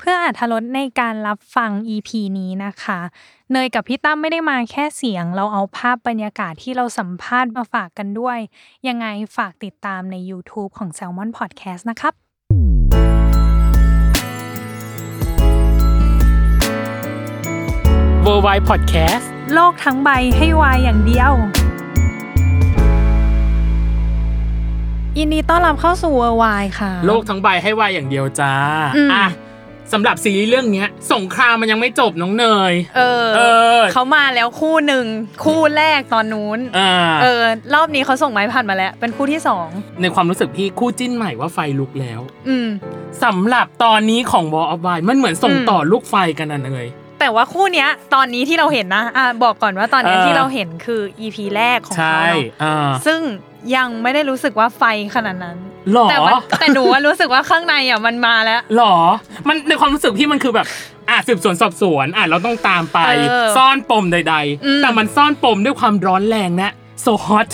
เพื่ออาธรสในการรับฟัง EP นี้นะคะ เนยกับพี่ตั้มไม่ได้มาแค่เสียง เราเอาภาพบรรยากาศที่เราสัมภาษณ์มาฝากกันด้วย ยังไงฝากติดตามใน YouTube ของ Salmon Podcast นะครับ w o r l d w i d e Podcast โลกทั้งใบให้วายอย่างเดียว ยินดีต้อนรับเข้าสู่เวอร์วายค่ะ โลกทั้งใบให้วายอย่างเดียวจ้า อืม สำหรับซีรีส์เรื่องเนี้ย สงครามมันยังไม่จบน้องเนย เออ เออ เขามาแล้วคู่หนึ่ง คู่แรกตอนนู้น อ่า เออ รอบนี้เขาส่งไม้ผ่านมาแล้ว เป็นคู่ที่สอง ในความรู้สึกพี่คู่จิ้นใหม่ว่าไฟลุกแล้ว อืม สำหรับตอนนี้ของ War of Wine มันเหมือนส่ง อืม ต่อลูกไฟกันนะเนย แต่ว่าคู่เนี้ย ตอนนี้ที่เราเห็นนะอ่ะบอกก่อนว่าตอนเนี้ย เออ ที่เราเห็นคือ EP แรกของ ใช่ เขาเนอะ อ่า ซึ่งยังไม่ได้รู้สึกว่าไฟขนาดนั้น หรอ แต่ว่าแต่หนูว่ารู้สึกว่าข้างในอ่ะมันมาแล้ว หรอ มันในความรู้สึกพี่มันคือแบบอ่ะสืบสวนสอบสวนอ่ะเราต้องตามไป เออ ซ่อนปมใด อืม ๆ แต่มันซ่อนปมด้วยความร้อนแรงนะ so hot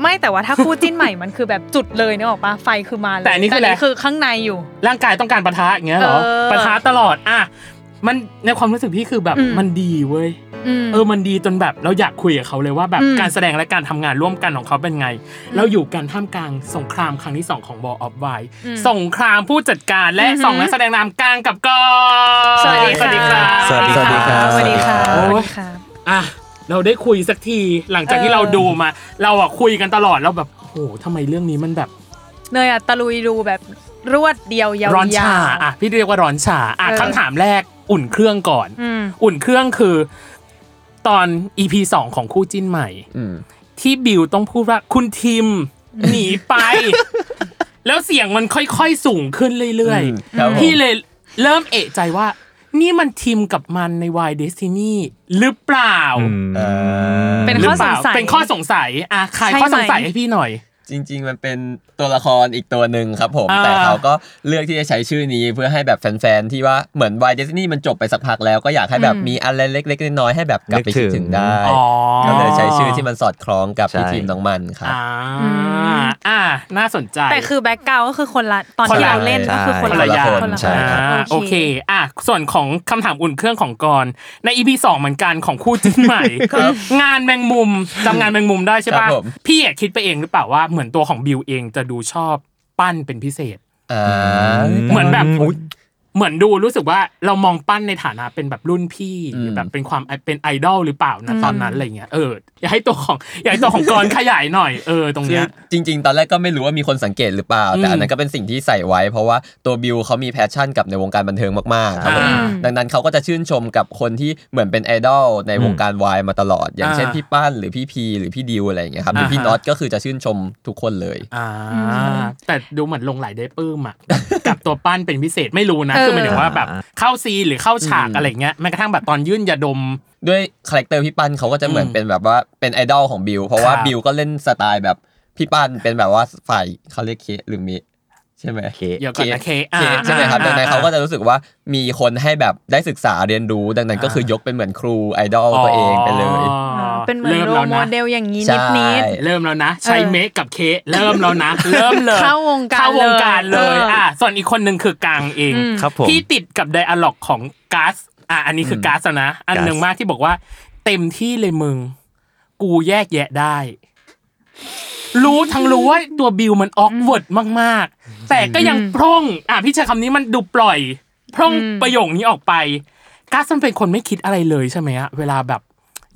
ไม่แต่ว่าถ้าคู่จิ้นใหม่มันคือแบบจุดเลยนึกออกปะไฟคือมาเลย แต่อันนี้คืออะไร คือข้างในอยู่ ร่างกายต้องการปะทะอย่างเงี้ยเหรอ เออ ปะทะตลอดอ่ะมันในความรู้สึกพี่คือแบบ อืม มันดีเว้ย อืม เออมันดีจนแบบเราอยากคุยกับเขาเลยว่าแบบ อืม การแสดงและการทำงานร่วมกันของเขาเป็นไง เราอยู่กันท่ามกลางสงครามครั้งที่ 2 ของบอออฟไว ม สงครามผู้จัดการและ อือหือ สองนักแสดงนำกลางกับกอ สวัสดีค่ะ รับ สวัสดีครับ สวัสดีค่ะ โอ้ สวั ย สดีค่ะ อ่ะเราได้คุยสักทีหลังจากที่ เออ เราดูมา เราอ่ะคุยกันตลอดเราแบบโอ้โหทำไมเรื่องนี้มันแบบ เนยอ่ะตะลุยดูแบบรวดเดียวยาวๆ ร้อนชาอ่ะพี่เรียกว่าร้อนชาอ่ะ เออ คำถามแรกอุ่นเครื่องก่อน อืม อุ่นเครื่องคือ ตอน EP สองของคู่จิ้นใหม่ อืม ที่บิวต้องพูดว่าคุณทิม หนี ไป แล้วเสียงมันค่อยๆสูงขึ้นเรื่อย อืมครับผม พี่เลยเริ่มเอะใจว่า นี่มันทิมกับมันใน Y Destiny หรือเปล่า เอ่อ เป็น หรื ข้อ ป ส ล่าง สัย เป็นข้อสงสัยอ่ะใคร ใช่ไหม ข้อสงสัยให้พี่หน่อย จริง ๆ มันเป็นตัวละครอีกตัวหนึ่งครับผม อ่า แต่เขาก็เลือกที่จะใช้ชื่อนี้เพื่อให้แบบแฟนๆ ที่ว่าเหมือนวายเดซนี่มันจบไปสักพักแล้วก็อยากให้แบบ อืม มีอะไรเล็กๆ น้อยๆให้แบบกลับไปคิดถึงได้ อ๋อ ก็เลยใช้ชื่อที่มันสอดคล้องกับพี่ ใช่ ทีมน้องมันครับ อ่า อืม อ่าน่าสนใจ แต่คือแบ็กกราวก็คือคนละตอน คน ที่ ละ เราเล่นก็คือคน ใช่ ละ คนละคน คนละ ใช่ ครับ อ่าโอเค อ่ะ ส่วนของคำถามอุ่นเครื่องของกรณ์ใน EP สองเหมือนกันของคู่จิ้นใหม่ งานแมงมุมจำงานแมงมุมได้ใช่ คปะรับผม พี่อะคิดไปเองหรือเปล่าว่าเหมือนตัวของบิวเองจะดูชอบปั้นเป็นพิเศษ อ่า เหมือนแบบ อุ๊ย เหมือนดูรู้สึกว่าเรามองปั้นในฐานะเป็นแบบรุ่นพี่หรือแบบเป็นความเป็นไอดอลหรือเปล่านะตอนนั้นอะไรเงี้ยเอออยากให้ตัวของอยากให้ตัวของกรณ์ขยายหน่อยเออตรง คือ เนี้ย จริง ๆ ตอนแรกก็ไม่รู้ว่ามีคนสังเกตหรือเปล่า แต่อันนั้นก็เป็นสิ่งที่ใส่ไว้ เพราะว่าตัวบิวเขามีแพชชั่นกับในวงการบันเทิงมากๆครับผม อ่า ดังนั้นเขาก็จะชื่นชมกับคนที่เหมือนเป็นไอดอลในวงการวายมาตลอด อย่างเช่น อ่า พี่ป้านหรือพี่พีหรือพี่ดิวอะไรอย่างเงี้ยครับหรือพี่ อ่าฮะ น็อตก็คือจะชื่นชมทุกคนเลย อ่าแต่ดูเหมือนลงไหลได้ปลื้มอะ กับตัวปั้นเป็นพิเศษไม่รู้นะ คือหมายถึงว่าแบบเข้าซีนหรือเข้าฉากอะไรเงี้ยแม้กระทั่งแบบตอนยื่นยาดม ด้วยคาแรคเตอร์พี่ปั้นเขาก็จะเหมือน อืม เป็นแบบว่าเป็นไอดอลของบิวเพราะว่า ครับ บิวก็เล่นสไตล์แบบพี่ปั้นเป็นแบบว่าฝ่ายเขาเรียกเคหรือมิใช่ไหม เค เดี๋ยวก่อนนะเค เคใช่ไหมครับดังนั้นเขาก็จะรู้สึกว่ามีคนให้แบบได้ศึกษาเรียนรู้ ดังนั้นก็คือยกเป็นเหมือนครูไอดอลตัวเองไปเลย อ่าเป็นเหมือนโร แล้ว โม นะ เดลอย่างนี้ ใช่ นิด เริ่มแล้วนะใช้ เออ เมคกับเคเริ่มแล้ว นะ เริ่มเลย เข้าวงการ เข้าวงการเล เลย ย เอออ่ อ่ะส่วนอีกคนหนึ่งคือกางเอง อืม ครับผม ที่ติดกับไดอะล็อกของกัสอ่ะอันนี้คืออกัสนะ อันหนึ่งมากที่บอกว่า เต็มที่เลยมึง กูแยกแยะได้ รู้ทั้งรู้ว่าตัวบิวมันออกเวิร์ดมากๆ แต่ก็ยังพร่องอ่ะพี่ใช้คำนี้มันดูปล่อย พร่องประโยคนี้ออกไปกัสมันเป็นคนไม่คิดอะไรเลยใช่ไหมฮะเวลาแบบ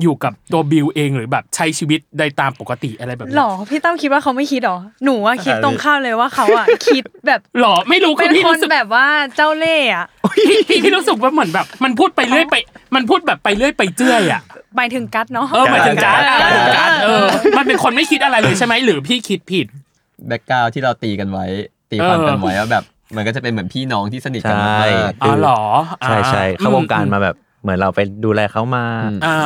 อยู่กับตัวบิวเองหรือแบบใช้ชีวิตได้ตามปกติอะไรแบบนี้ หรอพี่ตั้มคิดว่าเขาไม่คิดหรอหนูอะคิดตรงข้ามเลยว่าเขาอะ คิดแบบ หรอไม่รู้คื เป็ อน พี่ คน รู้สึก แบบว่าเจ้าเล่ห์อะ พี่พี่พี่รู้สึกว่าเหมือนแบบ มันพูดไปเรื่อยไป มันพูดแบบไปเรื่อยไปเจื่อยอ่ะ หมายถึงกัดเนาะ เออหมายถึงการ์ดอะ เอ หมายถึง อ การ์ดเออ มันเป็นคนไม่คิดอะไรเลยใช่ไหมหรือพี่คิดผิด แบ็กกราวที่เราตีกันไว้ ตีความกันไว้ว่าแบบมันก็จะเป็นเหมือนพี่น้องที่สนิทกันมาก ใช่ ๆ อ๋อเหรออ่า ใช่ใช่เข้าวงการมาแบบเหมือนเราไปดูแลเขามา อืม อ่า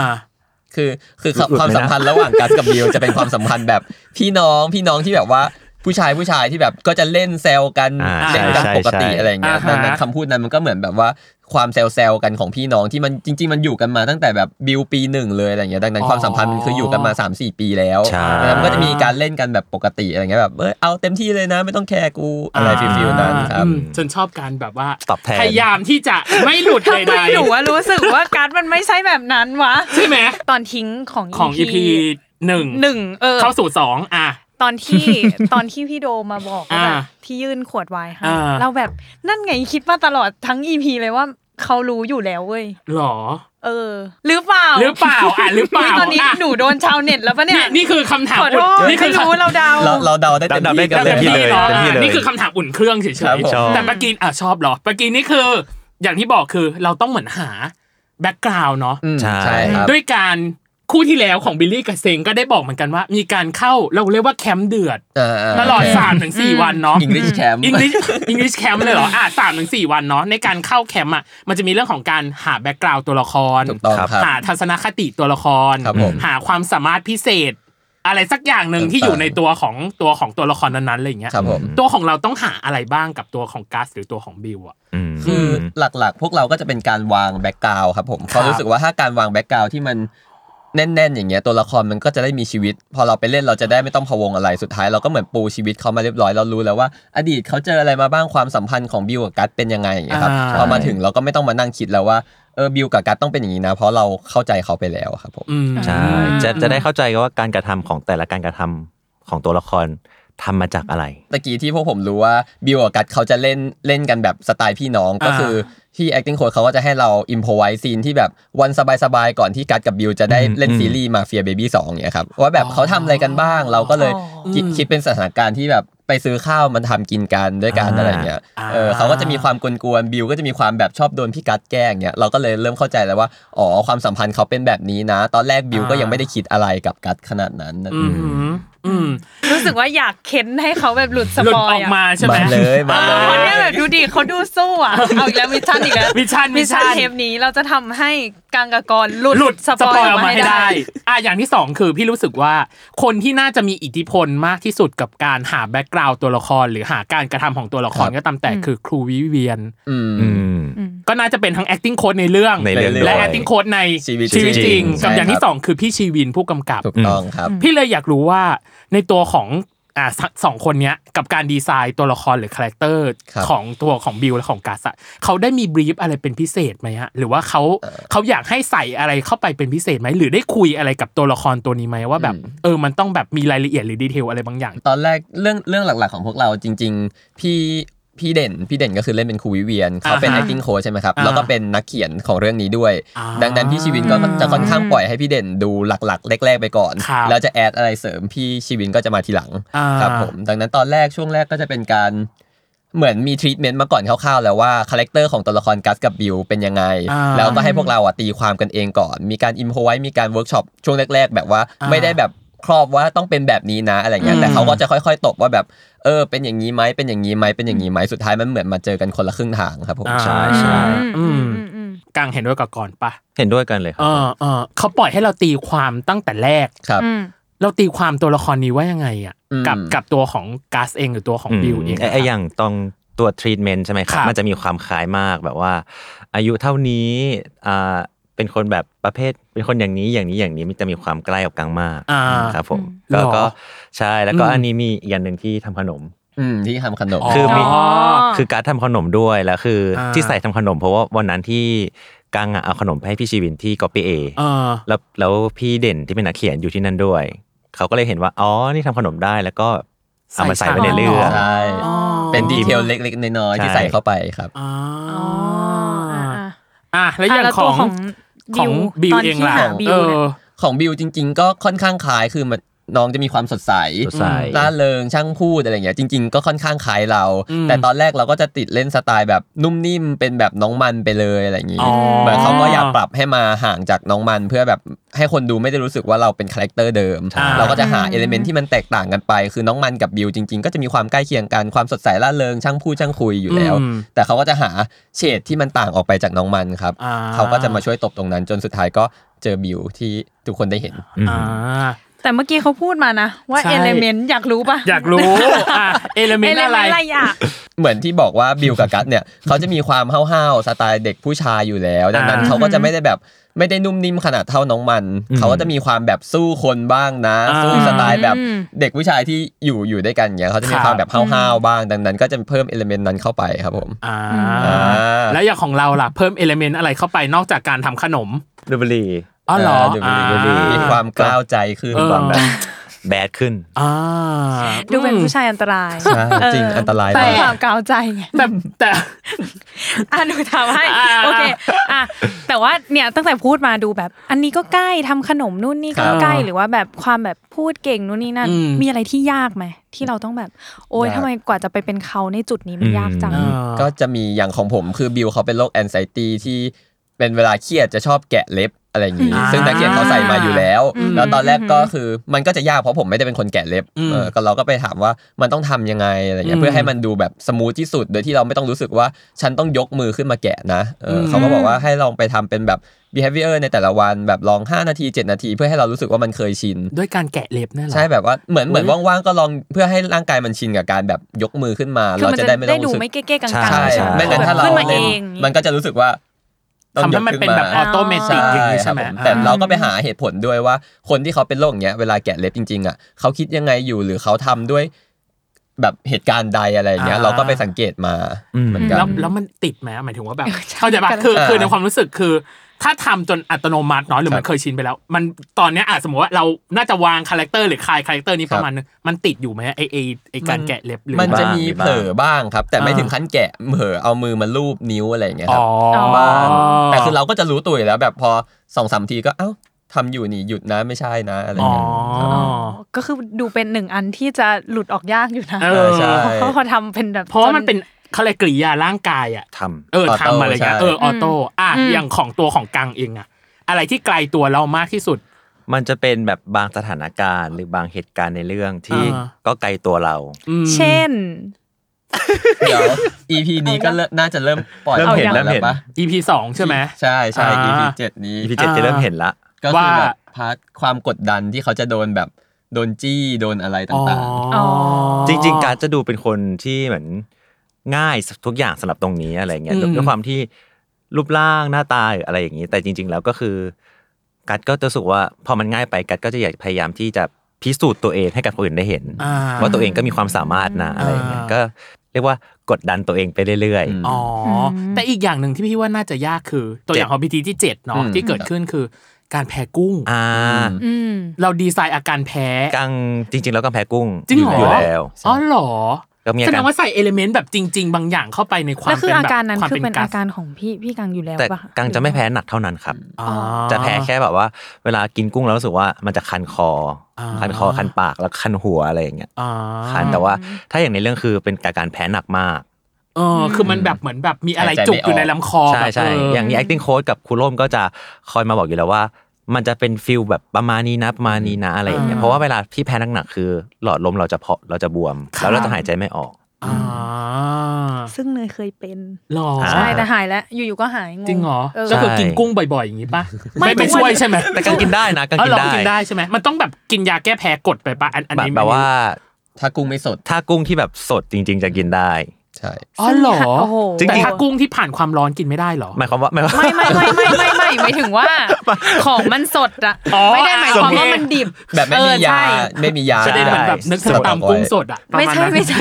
คือคือ หลุด ความ เลยนะ สัมพันธ์ระหว่างกัสกับบิวจะเป็นความสัมพันธ์แบบ พี่น้องพี่น้องที่แบบว่าผู้ชายผู้ชายที่แบบก็จะเล่นแซวกัน อ่า เล่นกัน ใช่ ปกติ ใช่ อะไรอย่างเงี้ย อ่าฮะ ดังนั้นคำพูดนั้นมันก็เหมือนแบบว่าความแซวแซวกันของพี่น้องที่มันจริง ๆ มันอยู่กันมาตั้งแต่แบบบิวปีหนึ่งเลยอะไรอย่างเงี้ยดังนั้นความสัมพันธ์มันคืออยู่กันมา 3-4 ปีแล้ว ใช่ ดังนั้นมันก็จะมีการเล่นกันแบบปกติอะไรเงี้ยแบบเอยเอาเต็มที่เลยนะไม่ต้องแคร์กูอะไรฟิลๆนั้นครับ อืมจนชอบการแบบว่า ตอบแทน พยายามที่จะไม่หลุด ทำ ใด ไมหนูอะรู้สึกว่าการ์ดมันไม่ใช่แบบนั้นวะ ๆใช่ไหม ตอนทิ้งของ ของ EP EP หนึ่ง หนึ่งเออ เข้าสู่สองอ่ะ ตอนที่ ตอนที่พี่โดมาบอกว่า อ่า แบบที่ยื่นขวดไวน์ให้ อ่า เราแบบนั่นไงคิดมาตลอดทั้ง EP เลยว่าเขารู้อยู่แล้วเว้ย หรอ เออ หรือเปล่า หรือเปล่าอ่ะหรือเปล่า ฮ้ยตอนนี้ อ่ะ หนูโดนชาวเน็ตแล้วปะเนี่ย นี่คือคำถาม ขอโทษ นี่คื ไม่ อ รู้ คำ เราเดา เราเราเดาได้เต็ม เดาได้ ที่กัน เต็ เลมยที่หเลยครับรอ ต็มที่เลย นี่คือคำถามอุ่นเครื่องเฉย ครับผม ๆแต่ปากีนอ่ะชอบเหรอปากีนนี่คือ อย่างที่บอกคือเราต้องเหมือนหาแบ็กกราวน์เนาะ อืม ใช่ ใช่ครับ ด้วยการคู่ที่แล้วของบิลลี่กับเซงก็ได้บอกเหมือนกันว่า มีการเข้าเราเรียกว่าแคมป์เดือด ตลอด3ามถึงสวันเนาะ อังกฤษแคมป์ อังกฤษอังกฤษแคมป์เลยเหรออ่ะสามถึงสี่วันเนาะในการเข้าแคมป์อ่ะมันจะมีเรื่องของการหาแบ็กกราวตัวละคร ถูกต้องครับ หาทัศนคติตัวละคร ครับผม หาความสามารถพิเศษ อะไรสักอย่างหนึ่งที่ ต่างๆ อยู่ในตัวของตัวของตัวละครนั้นๆอะไรอย่างเงี้ย ครับผม ตัวของเราต้องหาอะไรบ้างกับตัวของกัสหรือตัวของบิวอ่ะ อืม คือหลักๆ พวกเราก็จะเป็นการวางแบ็กกราวครับผม ครั เขา บ รู้สึกว่าถ้าการวางแบ็กกราวที่มันแน่น ๆ อย่างเงี้ยตัวละครมันก็จะได้มีชีวิต พอเราไปเล่นเราจะได้ไม่ต้องพะวงอะไรสุดท้ายเราก็เหมือนปูชีวิตเขามาเรียบร้อยเรารู้แล้วว่า อดีตเขาเจออะไรมาบ้างความสัมพันธ์ของบิวกับกัสเป็นยังไงอย่างเงี้ยครับ อ่า พอมาถึงเราก็ไม่ต้องมานั่งคิดแล้วว่าเออบิวกับกัสต้องเป็นอย่างนี้นะ เพราะเราเข้าใจเขาไปแล้วครับผม อืม ใช่จะจะได้เข้าใจว่าการกระทำของแต่ละการกระทำของตัวละครทำมาจากอะไร ตะกี้ที่พวกผมรู้ว่าบิวกับกัดเขาจะเล่นเล่นกันแบบสไตล์พี่น้อง อ่า ก็คือที่ acting coach เขาก็จะให้เราอิมพอไวซีนที่แบบวันสบายๆ ก่อนที่กัดกับบิวจะได้เล่น อืม ซีรีส์มาเฟียเบบี้สองเนี่ยครับว่าแบบเขาทำอะไรกันบ้าง เราก็เลยคิด อืม คิดเป็นสถานการณ์ที่แบบไปซื้อข้าวมันทำกินกันด้วยกันอะไรเงี้ย อ่า เออเขาก็จะมีความกวนๆบิวก็จะมีความแบบชอบโดนพี่กัดแกล้งเนี่ยเราก็เลยเริ่มเข้าใจแล้วว่าอ๋อความสัมพันธ์เขาเป็นแบบนี้นะ ตอนแรกบิวก็ยังไม่ได้คิดอะไรกับกัดขนาดนั้น อืมอืม รู้สึกว่าอยากเค้นให้เขาแบบหลุดส หลุ ป ด อ อย อก อะ มาใช่ไหม มาเลยมาเลย คนเนี้ยแบบดูดิเขาดูสู้อ่ะ เอาอีกแล้วมิชชั่นอีกแล้ว มิชชั่น มิ มิ ช ช ชั่น ชั่น เทปนี้เราจะทำให้กังกกรหลุด หลุด ส ส ปอ ป ย อย ล์อออ อก ก มา มา ให้ ให้ ได้ ได้ อ่ะอย่างที่สองคือพี่รู้สึกว่าคนที่น่าจะมีอิทธิพลมากที่สุดกับการหาแบ็กกราวตัวละคร หรือหาการกระทำของตัวละคร ครับ ก็ตามแต่คือครูวิเวียน อืม อืม ก็น่าจะเป็นทั้ง acting coach ในเรื่อง ในเรื่อง และ ด้วย acting coach ใน ชีวิต ตจ จริ ริง ง กับ ใช่ อย่าง ครั ที่ บ สองคือพี่ชีวินผู้กำกับ ถูกต้องครับ พี่เลยอยากรู้ว่าในตัวของอ่าสสองคนเนี้ยกับการดีไซน์ตัวละครหรือคาแรคเตอร์ ครับ ของตัวของบิวและของกัสอะเขาได้มีบรีฟอะไรเป็นพิเศษไหมฮะหรือว่าเขาเขาอยากให้ใส่อะไรเข้าไปเป็นพิเศษไหมหรือได้คุยอะไรกับตัวละครตัวนี้ไหมว่าแบบ อืม เออมันต้องแบบมีรายละเอียดหรือดีเทลอะไรบางอย่าง ตอนแรกเรื่องเรื่องหลักๆของพวกเราจริง ๆ พี่พี่เด่นพี่เด่นก็คือเล่นเป็นครูวิเวียนเขาเป็น อ่าฮะ acting coach ใช่ไหมครับ อ่า แล้วก็เป็นนักเขียนของเรื่องนี้ด้วย อ่า ดังนั้นพี่ชีวินก็จะค่อนข้างปล่อยให้พี่เด่นดูหลักๆแรกๆไปก่อน ครับ แล้วจะแอดอะไรเสริมพี่ชีวินก็จะมาทีหลัง อ่า ครับผมดังนั้นตอนแรกช่วงแรกก็จะเป็นการเหมือนมีทรีทเมนต์มาก่อนคร่าวๆแล้วว่าคาแรคเตอร์ของตัวละครกัสกับบิวเป็นยังไง อ่า แล้วก็ให้พวกเราอ่ะตีความกันเองก่อน มีการอิมพไว้มีการเวิร์กช็อปช่วงแรก ๆ แบบว่า อ่า ไม่ได้แบบครอบว่าต้องเป็นแบบนี้นะอะไรเงี้ยแต่เขาก็ จะค่อยๆ ตบว่าแบบ เออ เป็นอย่างนี้ไหมเป็นอย่างนี้ไหมเป็นอย่างนี้ไหมสุดท้ายมันเหมือนมาเจอกันคนละครึ่งทางครับผม อ่า ใช่ใช่ อืมกังเห็นด้วยกับก่อนปะ เห็นด้วยกันเลยค เอ รับ อเออเขาปล่อยให้เราตีความตั้งแต่แรก ครับ เราตีความตัวละครนี้ว่ายังไงอะ อืม กับกับตัวของกัสเองหรือตัวของบิวเอง ไอ้ อะ ไอ้อย่างตรงตัวทรีทเมนต์ใช่ไหมคครัรับ บ มันจะมีความคล้ายมากแบบว่า อายุเท่านี้อ่าเป็นคนแบบประเภทเป็นคนอย่างนี้อย่างนี้อย่างนี้มันจะมีความใกล้กับกลางมาก อ่า ครับผม หร ก็ อ ก็ใช่แล้วก็ อืม อันนี้มีอีกอย่างหนึ่งที่ทำขนม อืมที่ทำขนม คือมี อ๋อ คือการดทำขนมด้วยแล้วคืออา ที่ใส่ทำขนม เพราะว่าวันนั้นที่กังอะเอาขนมไปให้พี่ชีวินที่กอปปี้เอ เออ แล้วแล้วพี่เด่นที่เป็นนักเขียนอยู่ที่นั่นด้วย เขาก็เลยเห็นว่าอ๋อนี่ทำขนมได้แล้วก็เอามา ใส่ ใส่ไว้ใน ใส่ เรื่อง ใช่ อ๋อ เป็นดีเทลเล็ก ๆ น้อยๆที่ ใช่ ใส่เข้าไปครับ อ๋อ อ๋อ อ่า อ่ะอ่ะ อ่ะแล้วอย่าะงแล้ว ข ตั อ ว ง ของ ข บิ อง ว บิว ตอน เอง ที่ ล่ะ หาบิ เอ วเนี่ย อ ของบิวจริง ๆ ก็ค่อนข้างคล้ายคือมันน้องจะมีความสดใส สดใส ร่าเริงช่างพูดอะไรอย่างเงี้ยจริง ๆ ก็ค่อนข้างคล้ายเรา อืม แต่ตอนแรกเราก็จะติดเล่นสไตล์แบบนุ่มนิ่มเป็นแบบน้องมันไปเลยอะไรอย่างงี้ อ๋อ เหมือนเขาก็อยากปรับให้มาห่างจากน้องมันเพื่อแบบให้คนดูไม่ได้รู้สึกว่าเราเป็นคาแรคเตอร์เดิม อ่า เราก็จะหา อืม เอลิเมนที่มันแตกต่างกันไป คือน้องมันกับบิวจริง ๆ ก็จะมีความใกล้เคียงกันความสดใสร่าเริงช่างพูดช่างคุยอยู่แล้ว อืม แต่เขาก็จะหาเฉดที่มันต่างออกไปจากน้องมันครับ อ่ เขาก็จะมาช่วยตบตรงนั้น จนสุดท้ายก็เจอบิวที่ทุกคนได้เห็น อืม อ่า แต่เมื่อกี้เขาพูดมานะ ว่า ใช่ เอลเมนต์อยากรู้ปะ อยากรู้ อ่ะเอลเม เอน ล ต์อะ เม ไร นต์อะไรอ่ะ เหมือนที่บอกว่าบิวกับกัตเนี่ย เขาจะมีความห้าวๆสไตล์เด็กผู้ชายอยู่แล้ว ดังนั้น อ่า เขาก็จะไม่ได้แบบไม่ได้นุ่มนิ่มขนาดเท่าน้องมัน อืม เขาก็จะมีความแบบสู้คนบ้างนะ สู้สไตล์แบบ อืม เด็กผู้ชายที่อยู่อยู่ด้วยกันอย่างเงี้ยเขาจะมีความแบบห้าวๆบ้าง ดังนั้นก็จะเพิ่มเอลเมนต์นั้นเข้าไปครับผม อ่า อ่า แล้วอย่างของเราล่ะ เพิ่มเอลเมนต์อะไรเข้าไปนอกจากการทำขนม ดูบุหรี อ๋อเหรอ ดูบุหรีดูบุหรี อ่ามี มีความกล้าวใจขึ้น มีความ เออ แบบแบดขึ้น อ่า ดูเป็น อืม ผู้ชายอันตราย ใช่จริงอันตราย แต่ มาก ความกาวใจไง แต่แต่ อ่ะหนูถามให้ อ่า โอเคอ่ะแต่ว่าเนี่ยตั้งแต่พูดมาดูแบบ อันนี้ก็ใกล้ทำขนมนู่นนี่ก็ ครับ ใกล้หรือว่าแบบความแบบพูดเก่งนู่นนี่นั่น อืม มีอะไรที่ยากไหมที่เราต้องแบบ โอ๊ย ยาก ทำไมกว่าจะไปเป็นเขาในจุดนี้มันยากจัง อืม ก็จะมีอย่างของผมคือบิวเขาเป็นโรคแอนไซตี้ที่เป็นเวลาเครียดจะชอบแกะเล็บอะไรอย่างนี้ อ่า ซึ่งนักเขียนเขาใส่มาอยู่แล้ว อืม แล้วตอนแรก อืม ก็คือมันก็จะยากเพราะผมไม่ได้เป็นคนแกะเล็บ อืม เออก็เราก็ไปถามว่ามันต้องทำยังไงอะไรอย่างเงี้ อืมยเพื่อให้มันดูแบบสมูทที่สุด โดยที่เราไม่ต้องรู้สึกว่าฉันต้องยกมือขึ้นมาแกะนะเอออ ม เขาก็บอกว่าให้ลองไปทำเป็นแบบ behavior ในแต่ละวันแบบลอง 5 นาที 7 นาที เพื่อให้เรารู้สึกว่ามันเคยชิน ด้วยการแกะเล็บนั่นเหรอ ใช่แบบว่าเหมือนเหมือน อุ๊ย ว่างๆก็ลองเพื่อให้ร่างกายมันชินกับการแบบยกมือขึ้นมา คือ เรา มัน จะ จะ ได้ไม่ต้ ได้ อง ดู รู้สึก ไม่เก้ๆกัง ใช่ ๆ ใช่ ใช่ ไม่งั้นถ้าเรา ขึ้นมาเอ เล่น ง มันก็จะรู้สึกว่า ทำให้มันเป็นแบบออโตเมติกอย่างนี้ ใช่ ใช่ไหม ครับผม อ่า แต่เราก็ไปหาเหตุผลด้วยว่า คนที่เขาเป็นโรคอย่างเงี้ยเวลาแกะเล็บจริงๆอ่ะเขาคิดยังไงอยู่หรือเขาทำด้วยแบบเหตุการณ์ใดอะไรอย่างเงี้ย อ่า เราก็ไปสังเกตมา อืม เหมือนกั แล้ น วแล้วมันติดไหมหมายถึงว่าแบบเข้าใจปะคือ เออ คือในความรู้สึกคือ ถ้าทำจนอัตโนมัติเนาะหรือมัน ครับ เคยชินไปแล้ว มันตอนเนี้ยอาจสมมติว่าเราน่าจะวางคาแรคเตอร์หรือคลายคาแรคเตอร์นี้ ครั ป บ ระมาณนึงมันติดอยู่ไหมไอไอไอการแกะเล็บหรือ มัน ว่า จะ บ้าง มี มีบ้าง เผลอบ้างครับ แต่ไม่ อ่า ถึงขั้นแกะเผลอเอามือมาลูบนิ้วอะไรอย่างเงี้ยค อ๋ รัอ๋อบอ บ้างแต่คือเราก็จะรู้ตัวอยู่แล้วแบบพอสองสามทีก็เอ้าทำอยู่นี่หยุดนะไม่ใช่นะอะไรอ อ๋อย่าง เงี้ยครับ ก็คือดูเป็นหนึ่งอันที่จะหลุดออกยากอยู่นะ เออ ใช่ เพราะเขาทำเป็นแบบ เพราะว่ามัน จ เป็นเขาเรียกกริยาร่างกายอ่ะ ท เออ ออโต้ ทำอะไรเงี้ย ใช่ เออออโต้อ่ะ อืม อย่างของตัวของกังเองอะอะไรที่ไกลตัวเรามากที่สุด ำมันจะเป็นแบบบางสถานการณ์ หรือบางเหตุการณ์ในเรื่องที่ อ่า ก็ไกลตัวเรา อืม เช่น เดี๋ยว EP นี้ก็เริ่มน่าจะเริ่มปล่อย เริ่มเห็น ออกมา เริ่มเห็น แล้วปะ EP สองใช่ไหม ใช่ใช่ อ่า EP เจ็ดนี้ EP เจ็ด อ่า จะเริ่มเห็นละ ก็คือแบบ ว่า พาร์ทความกดดันที่เขาจะโดนแบบโดนจี้โดนอะไร อ๋อ ต่าง อ๋อ จริง ๆ การจะดูเป็นคนที่เหมือนง่ายทุกอย่างสำหรับตรงนี้อะไรเงี้ย อืม ด้วยความที่รูปร่างหน้าตาหรืออะไรอย่างนี้ แต่จริง ๆ แล้วก็คือ กัดก็จะรู้สึกว่าพอมันง่ายไปกัดก็จะอยากพยายามที่จะพิสูจน์ตัวเองให้กับคนอื่นได้เห็น อ่า ว่าตัวเองก็มีความสามารถนะอะไรอย่างเงี้ย อ่า ก็เรียกว่ากดดันตัวเองไปเรื่อย อืม อ๋ออ ม แต่อีกอย่างหนึ่งที่พี่ว่าน่าจะยากคือ ตัวอย่างของพิธีที่เจ็ดเนาะ อืม ที่เกิดขึ้นคือการแพ้กุ้ง ๆ อ่า อืม เราดีไซน์อาการแพ้ กังจริง ๆ แล้วกังแพ้กุ้ง จริงเหรออ ยู่แล้ว อ๋อเหรอ ก็มีอา แสด การ งว่าใส่เอลิเมนต์แบบจริง ๆ บางอย่างเข้าไปในความ แล้วคือ เป็ อา แบบ การนั้น วม คือเป็น ส อาการของพี่พี่กังอยู่แล้ว แต่ ปะค กังจะไม่แพ้หนักเท่านั้นครับ อ๋อ จะแพ้แค่แบบว่า เวลากินกุ้งแล้วรู้สึกว่ามันจะคันคออา คันคอคันปากแล้วคันหัวอะไรอย่างเงี้ย อ๋อ คันแต่ว่าถ้าอย่างในเรื่องคือเป็นอาการแพ้หนักมาก เออคือมันแบบเหมือนแบบมีอะไรจุกอยู่ในลำคอ ใช่ แบบ ใช่ เออ อ อ ย่างนี้ acting coach กับครูร่มก็จะคอยมาบอกอยู่แล้วว่า มันจะเป็นฟิลแบบประมาณนี้นะประมาณนี้นะอะไรอย่างเงี้ย อ่า เพราะว่าเวลาที่แพ้หนักๆคือ หลอดลมเราจะเพาะเราจะบวม แล้วเราจะหายใจไม่ออก อ๋อ ซึ่งเนยเคยเป็น หรอ อ่า ใช่แต่หายแล้วอยู่ๆก็หายงง จริงเหรอ ออ ก็คือ ใช่ กินกุ้งบ่อยๆ อย่างนี้ป่ะ ไม่ ไม่ไป ทุกวัน ช่วยใช่ไหม แต่กังกินได้นะกัง อ๋อ กิ เหรอน ได้ กินได้ใช่ไหมมันต้องแบบกินยาแก้แพ้กดไปป่ะ อันอัน แบบ นี้ แบบว่า ๆ ถ้ากุ้งไม่สด ถ้ากุ้งที่แบบสดจริง ๆ จะกินได้ ใช่ อ๋อเหรอ โอ้โห จริงๆ แต่ถ้ากุ้งที่ผ่านความร้อนกินไม่ได้เหรอ หมายความ ว่าหมายความว่า ไม่ไม่ไม่ไม่ไม่ไม่หมายถึงว่า ของมันสดอะ อ๋อ ไม่ได้หมายความว่ามันดิบ แบบไม่มี เออใช่ ยาไม่มียา จะได้เหมือนแบบนึกถึงตำกุ้งสดอะประ ไม่ มาณ ใช่ นั้น ไม่ใช่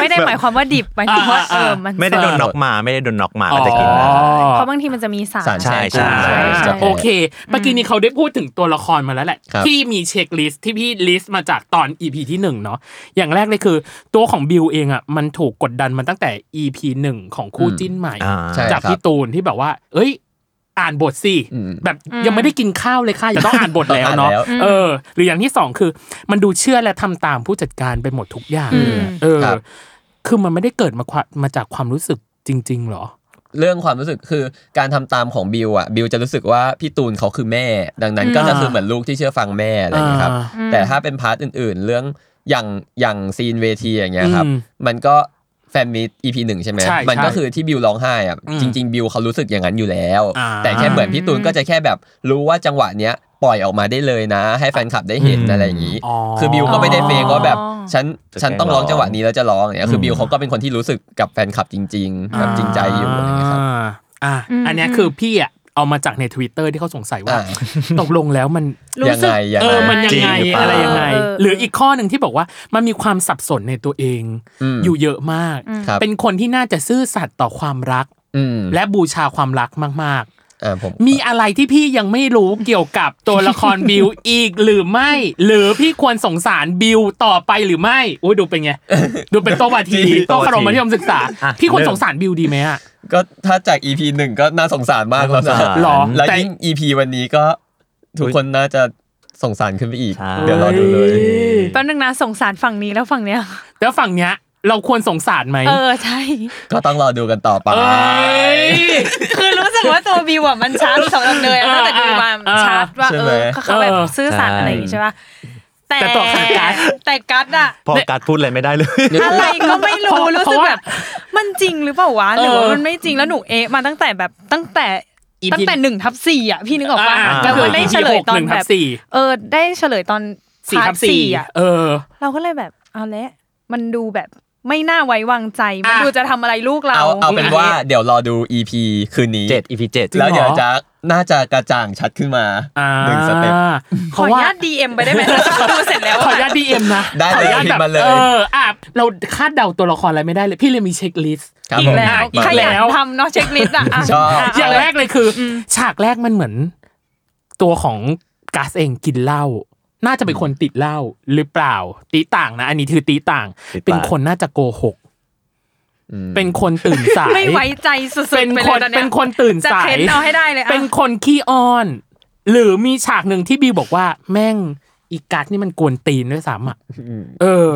ไม่ได้หมายความว่าดิบหมายถึงว่า อ่า เอ อ่า อมัน ไม่ได้โดนน็อกมาไม่ได้โดนน็อกมาก็จะกินได้ อ๋อ เพราะบางทีมันจะมีสาร สาร ใช่ใช่ อ่า ใช่ โอเค เมื่อกี้นี้เขาได้พูดถึงตัวละครมาแล้วแหละ ครับ ที่มีเช็คลิสต์ที่พี่ลิสต์มาจากตอน EP ที่หนึ่งเนาะ อย่างแรกเลยคือ ตัวของบิวเองอ่ะมันถูกกดดันมาตั้งแต่ EP หนึ่งของคู่จิ้นใหม่ อ่า ใช่ จาก ครับ พี่ตูนที่แบบว่า เอ้ย อ่านบทสิ อืม แบบยังไม่ได้กินข้าวเลยค่ะจะต้องอ่านบทแล้วเนาะ ต้องอ่านแล้ว เออ หรืออย่างที่สองคือ มันดูเชื่อและทำตามผู้จัดการไปหมดทุกอย่าง อืม เออ ครับ คือมันไม่ได้เกิดมาความมาจากความรู้สึกจริง ๆ หรอ เรื่องความรู้สึกคือการทำตามของบิวอ่ะบิวจะรู้สึกว่าพี่ตูนเขาคือแม่ ดังนั้นก็จะคือเหมือนลูกที่เชื่อฟังแม่อะไรอย่างเงี้ยครับ อืม แต่ถ้าเป็นพาร์ทอื่น ๆ เรื่องอย่างอย่างซีนเวทีอย่างเงี้ยครับ อืม มันก็แฟนมีอีพีหนึ่งใช่ไหม ใช่ มันก็ ใช่ คือที่บิวร้องไห้อ่ะ อืม จริง ๆ บิวเขารู้สึกอย่างนั้นอยู่แล้ว อ่า แต่แค่เหมือนพี่ตูนก็จะแค่แบบรู้ว่าจังหวะเนี้ยปล่อยออกมาได้เลยนะ ให้แฟนคลับได้เห็น อืม อะไรอย่างนี้ อ๋อ คือบิวก็ไม่ได้เฟกว่าแบบฉัน จะ ฉันต้องร้องจังหวะนี้แล้วจะร้องอย่างเงี้ยคืออ ม บิวเขาก็เป็นคนที่รู้สึกกับแฟนคลับจริงๆแบบจริงใจอยู่อะไรอย่างเงี้ยครับ อ่าอ่ะ อืม อันเนี้ยคือพี่อ่ะเอามาจากในทวิตเตอร์ที่เขาสงสัยว่า อ่า ตกลงแล้วมัน รู้สึกยังไงยังไง เออมันยังไง จริงหรือเปล่า อะไรยังไง เออเออ หรืออีกข้อหนึ่งที่บอกว่ามันมีความสับสนในตัวเอง ม อยู่เยอะมาก ครับ เป็นคนที่น่าจะซื่อสัตย์ต่อความรัก อืม และบูชาความรักมาก อ่าผม ๆ มีอะไรที่พี่ยังไม่รู้เกี่ยวกับตัวละครบิว อีกหรือไม่ หรือพี่ควรสงสารบิวต่อไปหรือไม่อุ้ยดูเป็นไง ดูเป็นโตววาทีโตวคารมมัธยมศึกษา อ่ะ พี่ควรสงสารบิวดีไหมอะ ก็ถ้าจาก EP หนึ่งก็น่าสงสารมากแล้วนะ น่าสงสาร หรอ และ แต่ ยิ่ง EP วันนี้ก็ทุกคนน่าจะสงสารขึ้นไปอีก ใช่ เดี๋ยวรอดูเลย แป๊บนึงนะสงสารฝั่งนี้แล้วฝั่งเนี้ย แล้วฝั่งเนี้ยเราควรสงสารไหม เออใช่ ก็ต้องรอดูกันต่อไป เอ้ย คือรู้สึกว่าตัวบิวอะมันชาร์จสำหรับเนยอะตั้งแต่ดูมา อ่า ชาร์จว่า ใช่ เอ ไหม อเขาแบบซื่อสัตย์ ใช่ อะไรอย่างงี้ใช่ป่ะแต่ แต่ตัวกัสกัส แต่กัดอะ พอการดพูดอะไรไม่ได้เลย อะไรก็ไม่รู้ เพราะ รู้สึกแบบ มันจริงหรือเปล่าวะหรือว่า เออ มันไม่จริงแล้วหนูเอะมาตั้งแต่แบบตั้งแต่ EP ตั้งแต่หนึ่งทับสี่อะพี่นึกออกปะ อ่า แล้วมันได้ ก็คือ เฉลย EP ตอ ห น นึ่งทั แบบ บ สี่ เออได้เฉลยตอน สี่ พาร์ท ทับสี่ อะ เออ เราก็เลยแบบเอาเละมันดูแบบไม่น่าไว้วางใจ มัน อ่ะ ดูจะทำอะไรลูกเรา เอาเอาเป็นว่าเดี๋ยวรอดู EP คืนนี้ เจ็ดอีพีเจ็ด แล้วเดี๋ยวจะน่าจะกระจ่างชัดขึ้นมา อ่า หนึ่งสเต็ป ขออนุญาตดีเอ็มไปได้ไหมเราดูเสร็จแล้ว ขอ อะ อนุญาตดีเอ็มนะ ได้เลย ขออนุญาต พิมพ์มาเลย เอออ่ะเราคาดเดาตัวละครอะไรไม่ได้เลย พี่เลยมีเช็คลิสต์ ครับ อี ผ ก ม แล้วอี ข ก ยั แล้ น ว ทำเนาะเช็คลิสต์อ่ะะ ชอบ ะ อย่างแรกเลยคือ ฉากแรกมันเหมือน ตัวของกัสเองกินเหล้าน่าจะเป็นคนติดเหล้าหรือเปล่า ตีต่างนะ อันนี้คือตีต่าง ตีต่าง เป็นคนน่าจะโกหก อืม เป็นคนตื่นสาย ไม่ไว้ใจสุดๆ เป็น ไลย คน ตอย เป็นคนตื่น จะ สาย เค้นเอาให้ได้เลยอ่ะ เป็นคนขี้อ้อน หรือมีฉากหนึ่งที่บิวบอกว่า แม่งอีกัดนี่มันกวนตีนด้วยซ้ำอ่ะเออ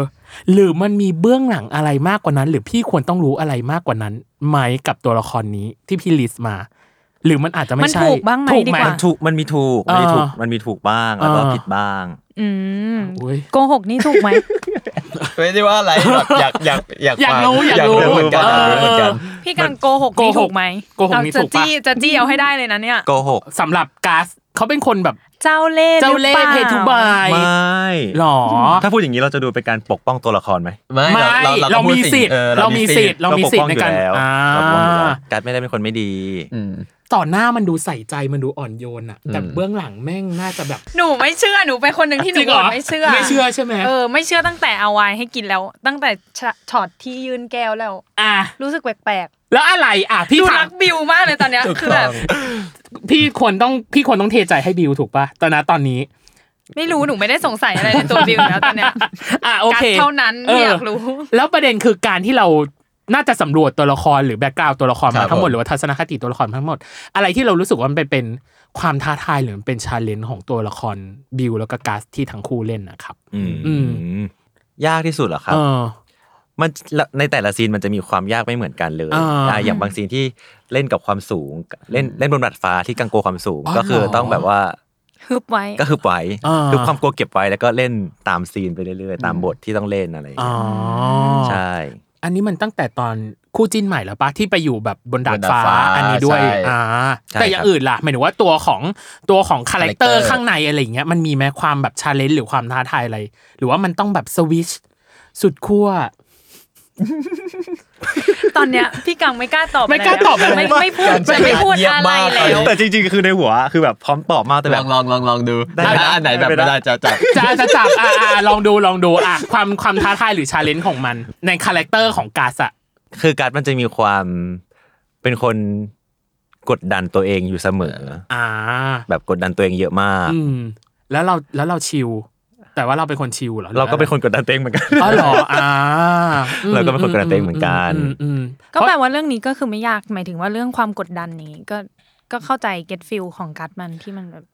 หรือมันมีเบื้องหลังอะไรมากกว่านั้น หรือพี่ควรต้องรู้อะไรมากกว่านั้นไหมกับตัวละครนี้ที่พี่ลิสต์มา หรือมันอาจจะไม่ มัน ใช่ ถูกบ้างไหม ถูก ดีกว่า มันถูกมันมีถูกมันมีถูก อ่ามั มันมีถูกบ้างแล้วก็ อ่า ผิดบ้าง อืม โอ้ย โกหกนี่ถูกไหม ไม่ได้ว่าอะไรแบบอยากอยากอยาก อยาก ฟัง รู้อยากรู้ เหมือนกันอยากรู้เหมือนกัน เออ พี่การโกหก โกหก นี่ถูกไหม โกหกนี่ เรา ถู จะ กปะ จี้จะจี้เอาให้ได้เลยนะเนี่ย โกหก สำหรับกัสเขาเป็นคนแบบ เจ้าเล่ห์ เจ้าเล่ห์เพ หรือ ทุ ล่ บาย ไม่ หรอ ถ้าพูดอย่างนี้เราจะดูเป็นการปกป้องตัวละครไหม ไม่ ไม่ เราเรา เรา ก็พูด มีสิทธิ์ ออ เรามีสิทธิ์เรามีสิทธิ์ในการ ปกป้องอยู่แล้ว อ่า เราปกป้องอยู่แล้วการดไม่ได้เป็นคนไม่ดี อืม ต่อหน้ามันดูใส่ใจมันดูอ่อนโยนอะแต่ อืม เบื้องหลังแม่งน่าจะแบบ หนูไม่เชื่อหนูเป็นคนหนึ่งที่หนู จริงเหรอ ไม่เชื่อ ไม่เชื่อใช่ไหม เออไม่เชื่อตั้งแต่เอาไว้ให้กินแล้ว ตั้งแต่ช็อตที่ยื่นแก้วแล้ว อ่ะ รู้สึกแปลก แล้วอะไรอ่ะ ๆ พี่ ดู ถา รั ม กบิวมากเลยตอนเนี้ย ถูก คือ ต้ แบ อบ ง พี่ควรต้องพี่ควรต้องเทใจให้บิวถูกป่ะตอนนั้นตอนนี้ ไม่รู้หนูไม่ได้สงสัยอะไรในตัวบิวอยู่แล้วตอนเนี้ ย อ่ะโอเค กัดเท่านั้น เ อยากรู้ แล้วประเด็นคือการที่เราน่าจะสำรวจตัวละครหรือแบ็กกราวตัวละคร ครั มา บ ทั้งหม ผ ด ม หรือว่าทัศนคติตัวละครทั้งหมด อะไรที่เรารู้สึกว่ามันเป็นเป็นความท้าทายหรือมันเป็นชาเลนจ์ของตัวละครบิวแล้วก็กัสที่ทั้งคู่เล่นนะครับ อืม อืม ยากที่สุดเหรอครับ เออ มันละในแต่ละซีนมันจะมีความยากไม่เหมือนกันเลย อ่า อ่าอย่างบางซีนที่เล่นกับความสูง เล่นเล่นบนดาดฟ้าที่กังโกความสูง อ๋อ ก็คือ เหรอ ต้องแบบว่า ฮึบไว้ ก็คือไว้ อ่า คือความกลัวเก็บไว้แล้วก็เล่นตามซีนไปเรื่อยๆ ตามบทที่ต้องเล่นอะไรอย่าง อ๋อ เงี้ยใช่ อันนี้มันตั้งแต่ตอนคู่จิ้นใหม่แล้วปะที่ไปอยู่แบบบนดาดฟ้า บนดาดฟ้า อันนี้ด้วย ใช่ อ่า ใช่ แต่อย่า คงรับ อื่นล่ะหมายถึงว่าตัวของตัวของคาแรคเตอร์ character ข้างในอะไรอย่างเงี้ยมันมีไหมความแบบชาเลนจ์หรือความท้าทายอะไร หรือว่ามันต้องแบบสวิชสุดขั้ว ตอนเนี้ยพี่กังไม่กล้าตอบ ไม่กล้าตอบอะไร ไม่ไม่พูดจะไม่พูดอะไรแล้ว แต่จริงๆ คือในหัวคือแบบพร้อมตอบมากแต่ ล แบ อบ งลองลองลองดู ได้ ถ้า นะ อันไหนแบบ ได้ ไม่ นะ ได้จะจับ จะจะจับอ่าอ่าลองดูลองดูอ่ะความความท้าทายหรือชาเลนจ์ของมัน ในคาแรคเตอร์ของกาสอะ คือการดมันจะมีความเป็นคนกดดันตัวเองอยู่เสมอ อ่า แบบกดดันตัวเองเยอะมาก อืม แล้วเราแล้วเราชิล แต่ว่าเราเป็นคนชิลเหรอ เราก็เป็นคนกดดันตัวเองเหมือนกัน อ๋อเหรออ่าอืม เราก็เป็นคนกดดันตัวเองเหมือนกัน อืมอืม ก็แปลว่าเรื่องนี้ก็คือไม่ยากหมายถึงว่าเรื่องความกดดันนี้ก็ก็เข้าใจ get feel ของกัดมันที่มันแบบ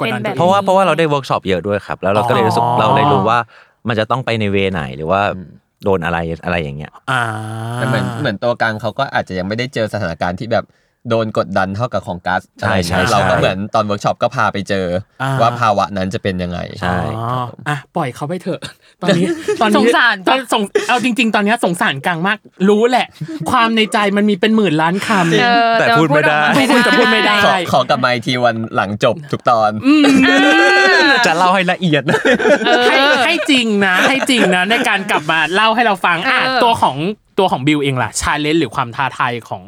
กดดัป็นตัวนแบบ เอง เพราะว่าเพราะว่าเราได้เวิร์กช็อปเยอะด้วยครับ แล้วเราก็เลยรู้สึก อ๋อ เราเลยรู้ว่ามันจะต้องไปในเวไหนหรือว่าโดนอะไรอะไรอย่างเงี้ย อ่า แต่เหมือนเหมือนตัวกลางเขาก็อาจจะยังไม่ได้เจอสถานการณ์ที่แบบโดนกดดันเท่ากับของกัส ใช่ใช่ อะไรอย่างเงี้ยเราก็ ใช่ เหมือนตอนเวิร์กช็อปก็พาไปเจออา ว่าภาวะนั้นจะเป็นยังไง ใช่ อ๋ออ่ะปล่อยเขาไปเถอะ ตอนนี้ตอนนี้ สงสาร ตอนสงเอาจริง ๆ ตอนเนี้ยสงสารกังมาก รู้แหละ ความในใจมันมีเป็นหมื่นล้านคำ เออ แต่พูดไม่ได้ ออกา พูดแต่พูดไม่ได้ ขอขอกลับมาอีกทีวันหลังจบทุกตอน จะเล่าให้ละเอียด เออ ให้ให้จริงนะ ให้จริงนะในการกลับมาเล่าให้เราฟังอ่ะ เออ ตัวของตัวของบิวเองล่ะชาเลนจ์หรือความท้าทายของ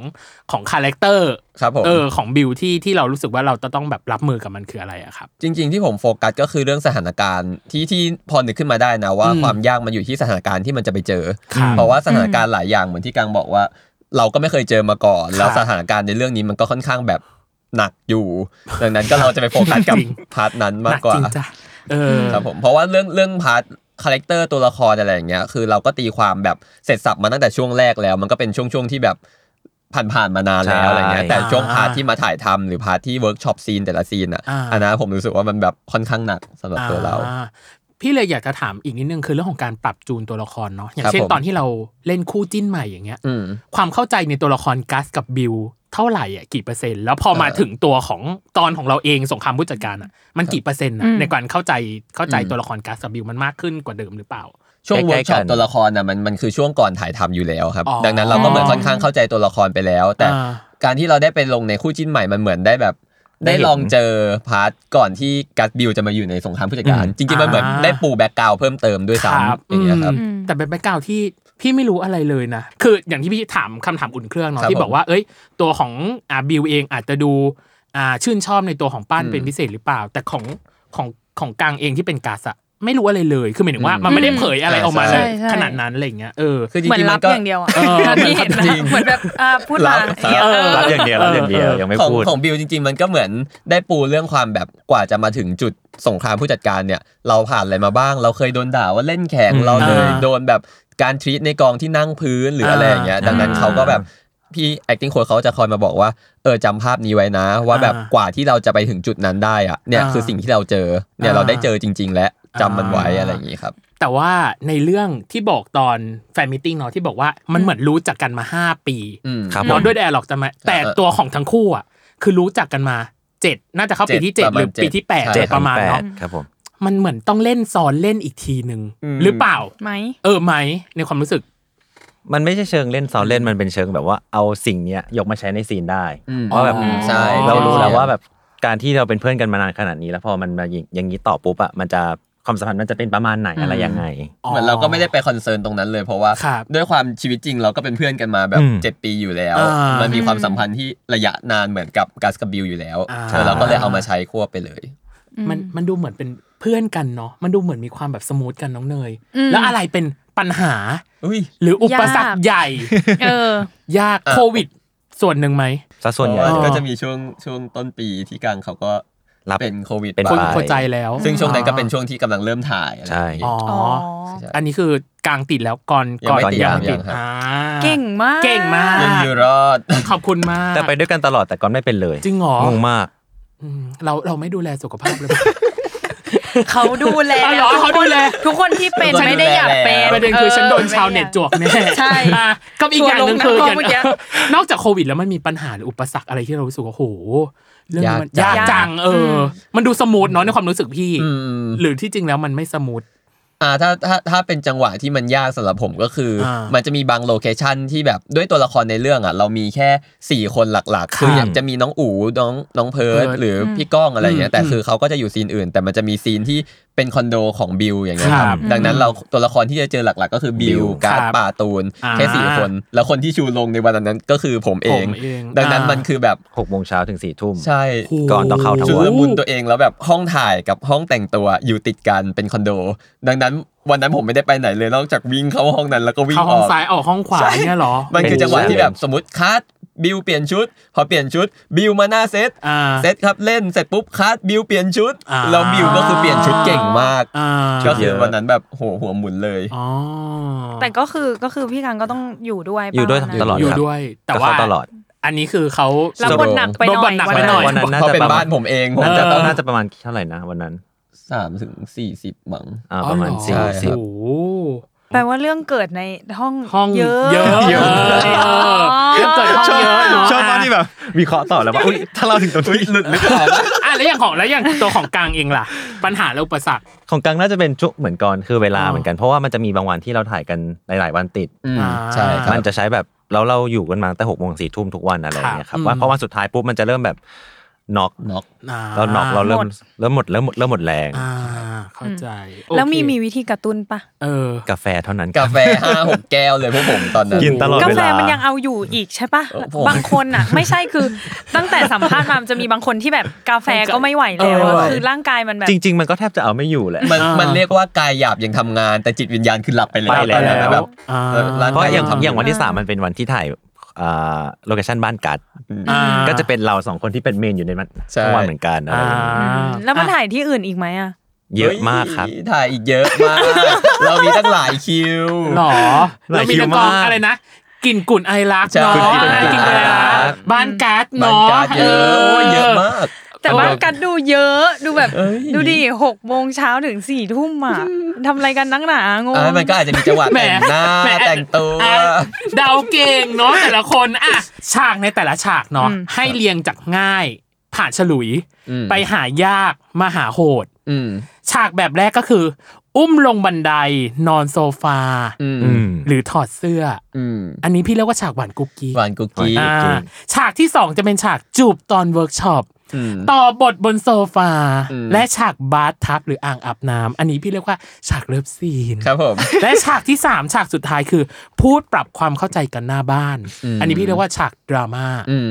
ของคาแรคเตอร์ ครับผม เออของบิวที่ที่เรารู้สึกว่าเราจะต้องแบบรับมือกับมันคืออะไรอะครับ จริง ๆ ที่ผมโฟกัสก็คือเรื่องสถานการณ์ที่ที่พอนึกขึ้นมาได้นะว่า อืม ความยากมันอยู่ที่สถานการณ์ที่มันจะไปเจอ ครับ เพราะว่าสถานการณ์หลายอย่างเหมือนที่กังบอกว่า เราก็ไม่เคยเจอมาก่อน ครับ แล้วสถานการณ์ในเรื่องนี้มันก็ค่อนข้างแบบหนักอยู่ ดังนั้นก็เราจะไปโฟกัสกับ จริง พาร์ทนั้น ห มาก นั กว่า จริงจ้ะเอออ ครับผมเพราะว่าเรื่องเรื่องพาร์ทคาแรคเตอร์ตัวละครอะไรอย่างเงี้ยคือเราก็ตีความแบบเสร็จสับมาตั้งแต่ช่วงแรกแล้ว มันก็เป็นช่วงช่วงๆที่แบบผ่านผ่านๆมานานแล้ว ใช่ อะไรเงี้ยแต่ อ่า ช่วงพาร์ทที่มาถ่ายทำหรือพาร์ทที่เวิร์กช็อปซีนแต่ละซีนอ่ะ อ่า อันนั้นผมรู้สึกว่ามันแบบค่อนข้างหนักสำหรับตัวเรา อ่พี่เลยอยากจะถามอีกนิดนึงคือเรื่องของการปรับจูนตัวละครเนาะอย่างเช่น ครับผม ตอนที่เราเล่นคู่จิ้นใหม่อย่างเงี้ย อืม ความเข้าใจในตัวละครกัสกับบิลเท่าไหร่อ่ะกี่เปอร์เซ็นต์แล้วพอมา เออ ถึงตัวของตอนของเราเองสงครามผู้จัดการอ่ะมันกี่เปอร์เซ็นต์ อื นะ ม ในการเข้าใจเข้าใจ อืม ตัวละครกัสกับบิลมันมากขึ้นกว่าเดิมหรือเปล่า ช่วง ใก เวิ ล้ๆร์กช็อป กัน ตัวละครน่ะมันมันคือช่วงก่อนถ่ายทำอยู่แล้วครับ อ๋อ ดังนั้นเราก็เหมือนค่อนข้างเข้าใจตัวละครไปแล้ว แต่ อ่า การที่เราได้ไปลงในคู่จิ้นใหม่มันเหมือนได้แบบ ได้ ได้ เห็น ลองเจอพาร์ทก่อนที่กัสบิวจะมาอยู่ในสงครามผู้จัดการ อืม จริงๆมันเหมือน อ่า ได้ปูแบ็กกราวด์เพิ่มเติมด้วย ครับ ซ้ำอย่างเงี้ยครับ อืม แต่เป็นแบ็กกราวด์ที่พี่ไม่รู้อะไรเลยนะ คืออย่างที่พี่ถามคำถามอุ่นเครื่องเนาะ ครับ ที่บอกว่า เอ้ย ตัวของอ่าบิวเองอาจจะดูอ่าชื่นชอบในตัวของป้าน อืม เป็นพิเศษหรือเปล่า แต่ของของของกลางเองที่เป็นกาสอะไม่รู้อะไรเลย คือหมายถึงว่ามันไม่ได้เผยอะไรออกมา ใช่ เลย ใช่ ขนาดนั้นอะไรอย่างเงี้ยเออ คือจ เหมือน ริงๆ รั มั บ นก็ อย่างเดียวอ่ะ เออ ที่เห็น จริ นะ ง เหมือนแบบอ่าพูดมาเนี่ย เออ รับอย่างเดียวรับอย่างเดียวยังไม่ ของ พูด ของบิวจริง ๆ มันก็เหมือนได้ปูเรื่องความแบบกว่าจะมาถึงจุดสงครามผู้จัดการเนี่ย เราผ่านอะไรมาบ้าง เราเคยโดนด่าว่าเล่นแข็ง อืม เราเลย อ่า โดนแบบการทรีตในกองที่นั่งพื้นหรืออะไรอย่างเงี้ย อ่า ดังนั้นเขาก็แบบพี่ acting coach เขาจะคอยมาบอกว่าเออจำภาพนี้ไว้นะ ว่าแบบ อ่าก ว่าที่เราจะไปถึงจุดนั้นได้อะเนี่ย อ่า คือสิ่งที่เราเจอเนี่ย อ่า เราได้เจอจริง ๆ และจำมันไว้ อ่า อะไรอย่างงี้ครับ แต่ว่าในเรื่องที่บอกตอนแฟนมิทติ้งเนาะที่บอกว่ามันเหมือนรู้จักกันมาห้าปี อืม ครับ เนอะด้วยแอร์หรอกจะมาแต่ เออ ตัวของทั้งคู่อะคือรู้จักกันมาเจ็ดน่าจะเข้าปีที่เจ็ดหประมาณ รือปีที่แปด เจ็ เจ็ด ด ประมาณ ถึงแป เนาะ ดครับผม มันเหมือนต้องเล่นซ้อนเล่นอีกทีหนึ่ง อืม หรือเปล่า ไหม เออไหมในความรู้สึก มันไม่ใช่เชิงเล่นซ้อนเล่นมันเป็นเชิงแบบว่าเอาสิ่งเนี้ยยกมาใช้ในซีนได้ อืม เพราะแบบ อ๋อ ใช่ เรารู้แล้วว่าแบบการที่เราเป็นเพื่อนกันมานานขนาดนี้ แล้วพอมันมาอย่างนี้ต่อปุ๊บอะมันจะความสัมพันธ์มันจะเป็นประมาณไหนอะไรยังไง เหมือนเราก็ไม่ได้ไปคอนเซิร์นตรงนั้นเลยเพราะว่า ครับ ด้วยความชีวิตจริงเราก็เป็นเพื่อนกันมาแบบ อืม เจ็ดปีอยู่แล้ว อ่ามั มันมีความสัมพันธ์ที่ระยะนานเหมือนกับกัสกับบิลอยู่แล้ว อ่า เออเราก็เลยเอามาใช้ควบไปเลย มันมันดูเหมือนเป็นเพื่อนกันเนาะมันดูเหมือนมีความแบบสมูทกันน้องเนย อืม แล้วอะไรเป็นปัญหา อุ้ย หรืออุปสรรค ยาก ใหญ่ เออ ยาก เออ โควิด ส่วนหนึ่งไหม ซะส่วนใหญ่ เพราะว่า อ๋อ ก็จะมีช่วงช่วงต้นปีที่กังเขาก็ รับ เป็นโควิด เป็น ไป คน โควิด เข้าใจแล้ว ซึ่งช่วงนั้นก็เป็นช่วงที่กำลังเริ่มถ่ายอะไรอย่าง ใช่ อ๋อ เงี้ย อ๋อ ใช่ อันนี้คือกลางติดแล้วก่อนก่อน ยังไม่ติด ยั ยังครับ อ่า เก่งมาก เก่งมาก ยังอยู่รอด ขอบคุณมาก แต่ไปด้วยกันตลอดแต่ก่อนไม่เป็นเลย จริงเหรอ งงมาก อืมเราเราไม่ดูแลสุขภาพเลย เขาดูแล อ๋อเหรอเขาดูแล ทุกคนที่เป็น ฉัน ไม่ได้อยากเป็น ประเด็นคือฉันโดนชาวเน็ตจวกแน่ ใช่ อ่ะกับอีกอย่างหนึ่งคือ ชัวร์ลงนะ อย่าง เมื่อกี้ นอกจากโควิดแล้วมันมีปัญหาหรืออุปสรรคอะไรที่เรารู้สึกว่าโหเรื่องนี้มัน ยาย าก ก จัง จังเอออ มันดูสมูทเนาะในความรู้สึกพี่ อืม หรือที่จริงแล้วมันไม่สมูท อ่าถ้าถ้าถ้าเป็นจังหวะที่มันยากสำหรับผมก็คือ อ่ามั มันจะมีบางโลเคชันที่แบบด้วยตัวละครในเรื่องอ่ะ เรามีแค่ 4 คนหลักๆ คือ ครับ อย่างจะมีน้องอู๋น้องน้องเพิร์ด เพิร์ท หรือพี่ก้องอะไรอย่างเงี้ อื ย ม แต่คือเขาก็จะอยู่ซีนอื่น แต่มันจะมีซีนที่เป็นคอนโดของบิลอย่างเงี้ยคครั รั บบ ดังนั้นเราตัวละครที่จะเจอหลักๆ ก็คือบิล ครับ การ์ดป่าตูน อ่า แค่สี่คน แล้วคนที่ชูลงในวันนั้นก็คือผมเอ ผ ง มเอง ดังนั้น อ่า มันคือแบบ หกโมงเช้าถึงสี่ทุ่ม ใช่ โอ้โห ก่อนต้องเข้าทั้ง ชุ วั ล น มุนตัวเองแล้วแบบห้องถ่ายกับห้องแต่งตัวอยู่ติดกันเป็นคอนโด ดังนั้นวันนั้นผมไม่ได้ไปไหนเลยนอกจากวิ่งเข้าห้องนั้นแล้วก็วิ่ง เข้า อ ห้อง อก ซ้ายออกห้องขวาเนี่ยเหรอ มันคือจังหวะที่แบบสมมติคัดบิวเปลี่ยนชุด พอเปลี่ยนชุดบิวมาหน้าเซต อ่า เซตครับเล่นเสร็จปุ๊บคัดบิวเปลี่ยนชุด อ่า แล้วบิวก็คือเปลี่ยนชุดเก่งมาก อ่า ก็คือวันนั้นแบบโหหัวหมุนเลย อ๋อ แต่ก็คือก็คือพี่กังก็ต้องอยู่ด้วย อยู่ด้วย ป่ะ ตลอด อ วันนั้น ยู่ ครับ ด้วย แต่ ก็ ว่า เข้าตลอด อันนี้คือเขา แล้วบทหนักไปหน่อย บทหนักไปหน่อย วันนั้นน่า เพราะ จะ เป็น ประ บ้า มาณ นผมเองผม น่า จะ จะ ต้อง น่าจะประมาณเท่าไหร่นะวันนั้น สามถึงสี่สิบมั้ง อ่า อ๋อ ประมาณ เหอ สี่สิบ โอ้โห แปลว่าเรื่องเกิดในห้อง ห้อง เยอะ เยอะ เยอะ เออเรื่องเกิดห้องเยอะเนาะ ชอบมากที่แบบวิเคราะห์ต่อแล้วว่าอุ๊ยถ้าเราถึงตรงนี้หลุดหรือเปล่า อ่ะแล้วอย่างของแล้วอย่างตัวของกลางเองล่ะ ปัญหาและอุปสรรค ของกลางน่าจะเป็นจุเหมือนกันคือเวลา อ๋อ เหมือนกัน เพราะว่ามันจะมีบางวันที่เราถ่ายกันหลาย ๆ วันติด อืม อ่า ใช่ครับ มันจะใช้แบบแล้วเราอยู่กันมาตั้งแต่หกโมงสี่ทุ่มทุกวันอะไรอย่างเงี้ยครับ ครับ ว่า อืม เพราะวันสุดท้ายปุ๊บมันจะเริ่มแบบน็อก น็อก เราน็อกเราเริ่มเริ่มหมดเริ่มหมดเริ่มหมดแรง อ่าเข้าใจ แล้วมี โอเค มีวิธีกระตุ้นปะ เออ กาแฟเท่านั้น กาแฟห้าหกแก้วเลยพวกผมตอนนั้น กินตลอด กา เว แฟ ลา มันยังเอาอยู่อีกใช่ปะ เออผม บางคนอ่ะ ไม่ใช่คือตั้งแต่สัมภาษณ์มามันจะมีบางคนที่แบบกาแฟก็ไม่ไหวแล้วอะ เออ คือร่างกายมันแบบ จริง ๆ มันก็แทบจะเอาไม่อยู่แหละ มัน อ่ามั มันเรียกว่ากายหยาบยังทำงาน แต่จิตวิญญาณคือหลับไปแล้ว ไปแล้ว ตอนนั้นแบบ อ่า เออร้าน เพราะอย่าง ทำ อย่างวันที่สามมันเป็นวันที่ถ่ายโลเคชันบ้านกัด อ่า ก็จะเป็นเราสองคนที่เป็นเมนอยู่ในมัน ใช่ ทั้งวันเหมือนกันอะไร อ่า อย่างเงี้ย แล้วมันถ่ายที่อื่นอีกไหมอ่ะ เยอะมากครับ เฮ้ยถ่ายอีกเยอะมาก เรามีตั้งหลายคิว หรอ หลาย เรามี คิว นักกอง มาก อะไรนะกลิ่นกุ่นไอรัก ใช่ เนาะ กลิ่นกุ่นไอรัก กลิ่นกุ่นไอรักบ้านการ์ด บรร เนาะ ยากาศเยอะโอ้ยเยอะมาก แต่บ้านกัดดูเยอะดูแบบ เอ้ย ดูดิหกโมงเช้าถึงสี่ทุ่มอ่ะทำอะไรกันนักหนางง อ่ะมันก็อาจจะมีจังหวะ แหม แต่งหน้า หม แต่งตัว อ่ะเดาเก่งเนาะแต่ละคนอ่ะฉากในแต่ละฉากเนาะให้เรียงจากง่ายผ่านฉลุย อืม ไปหายากมาหาโหด อืม ฉากแบบแรกก็คือ อุ้มลงบันไดนอนโซฟา อืม อืม หรือถอดเสื้อ อืม อันนี้พี่เรียกว่าฉากหวานกุ๊กกิ๊ก หวานกุกกี้ อ่า จริง ฉากที่สองจะเป็นฉากจูบตอนเวิร์กช็อป อืม ต่อบทบนโซฟา อืม และฉากบาร์ทับหรืออ่างอาบน้ำอันนี้พี่เรียกว่าฉากเลิฟซีน ครับผม และฉากที่ 3 ฉากสุดท้ายคือ พูดปรับความเข้าใจกันหน้าบ้าน อืม อันนี้พี่เรียกว่าฉากดราม่า อืม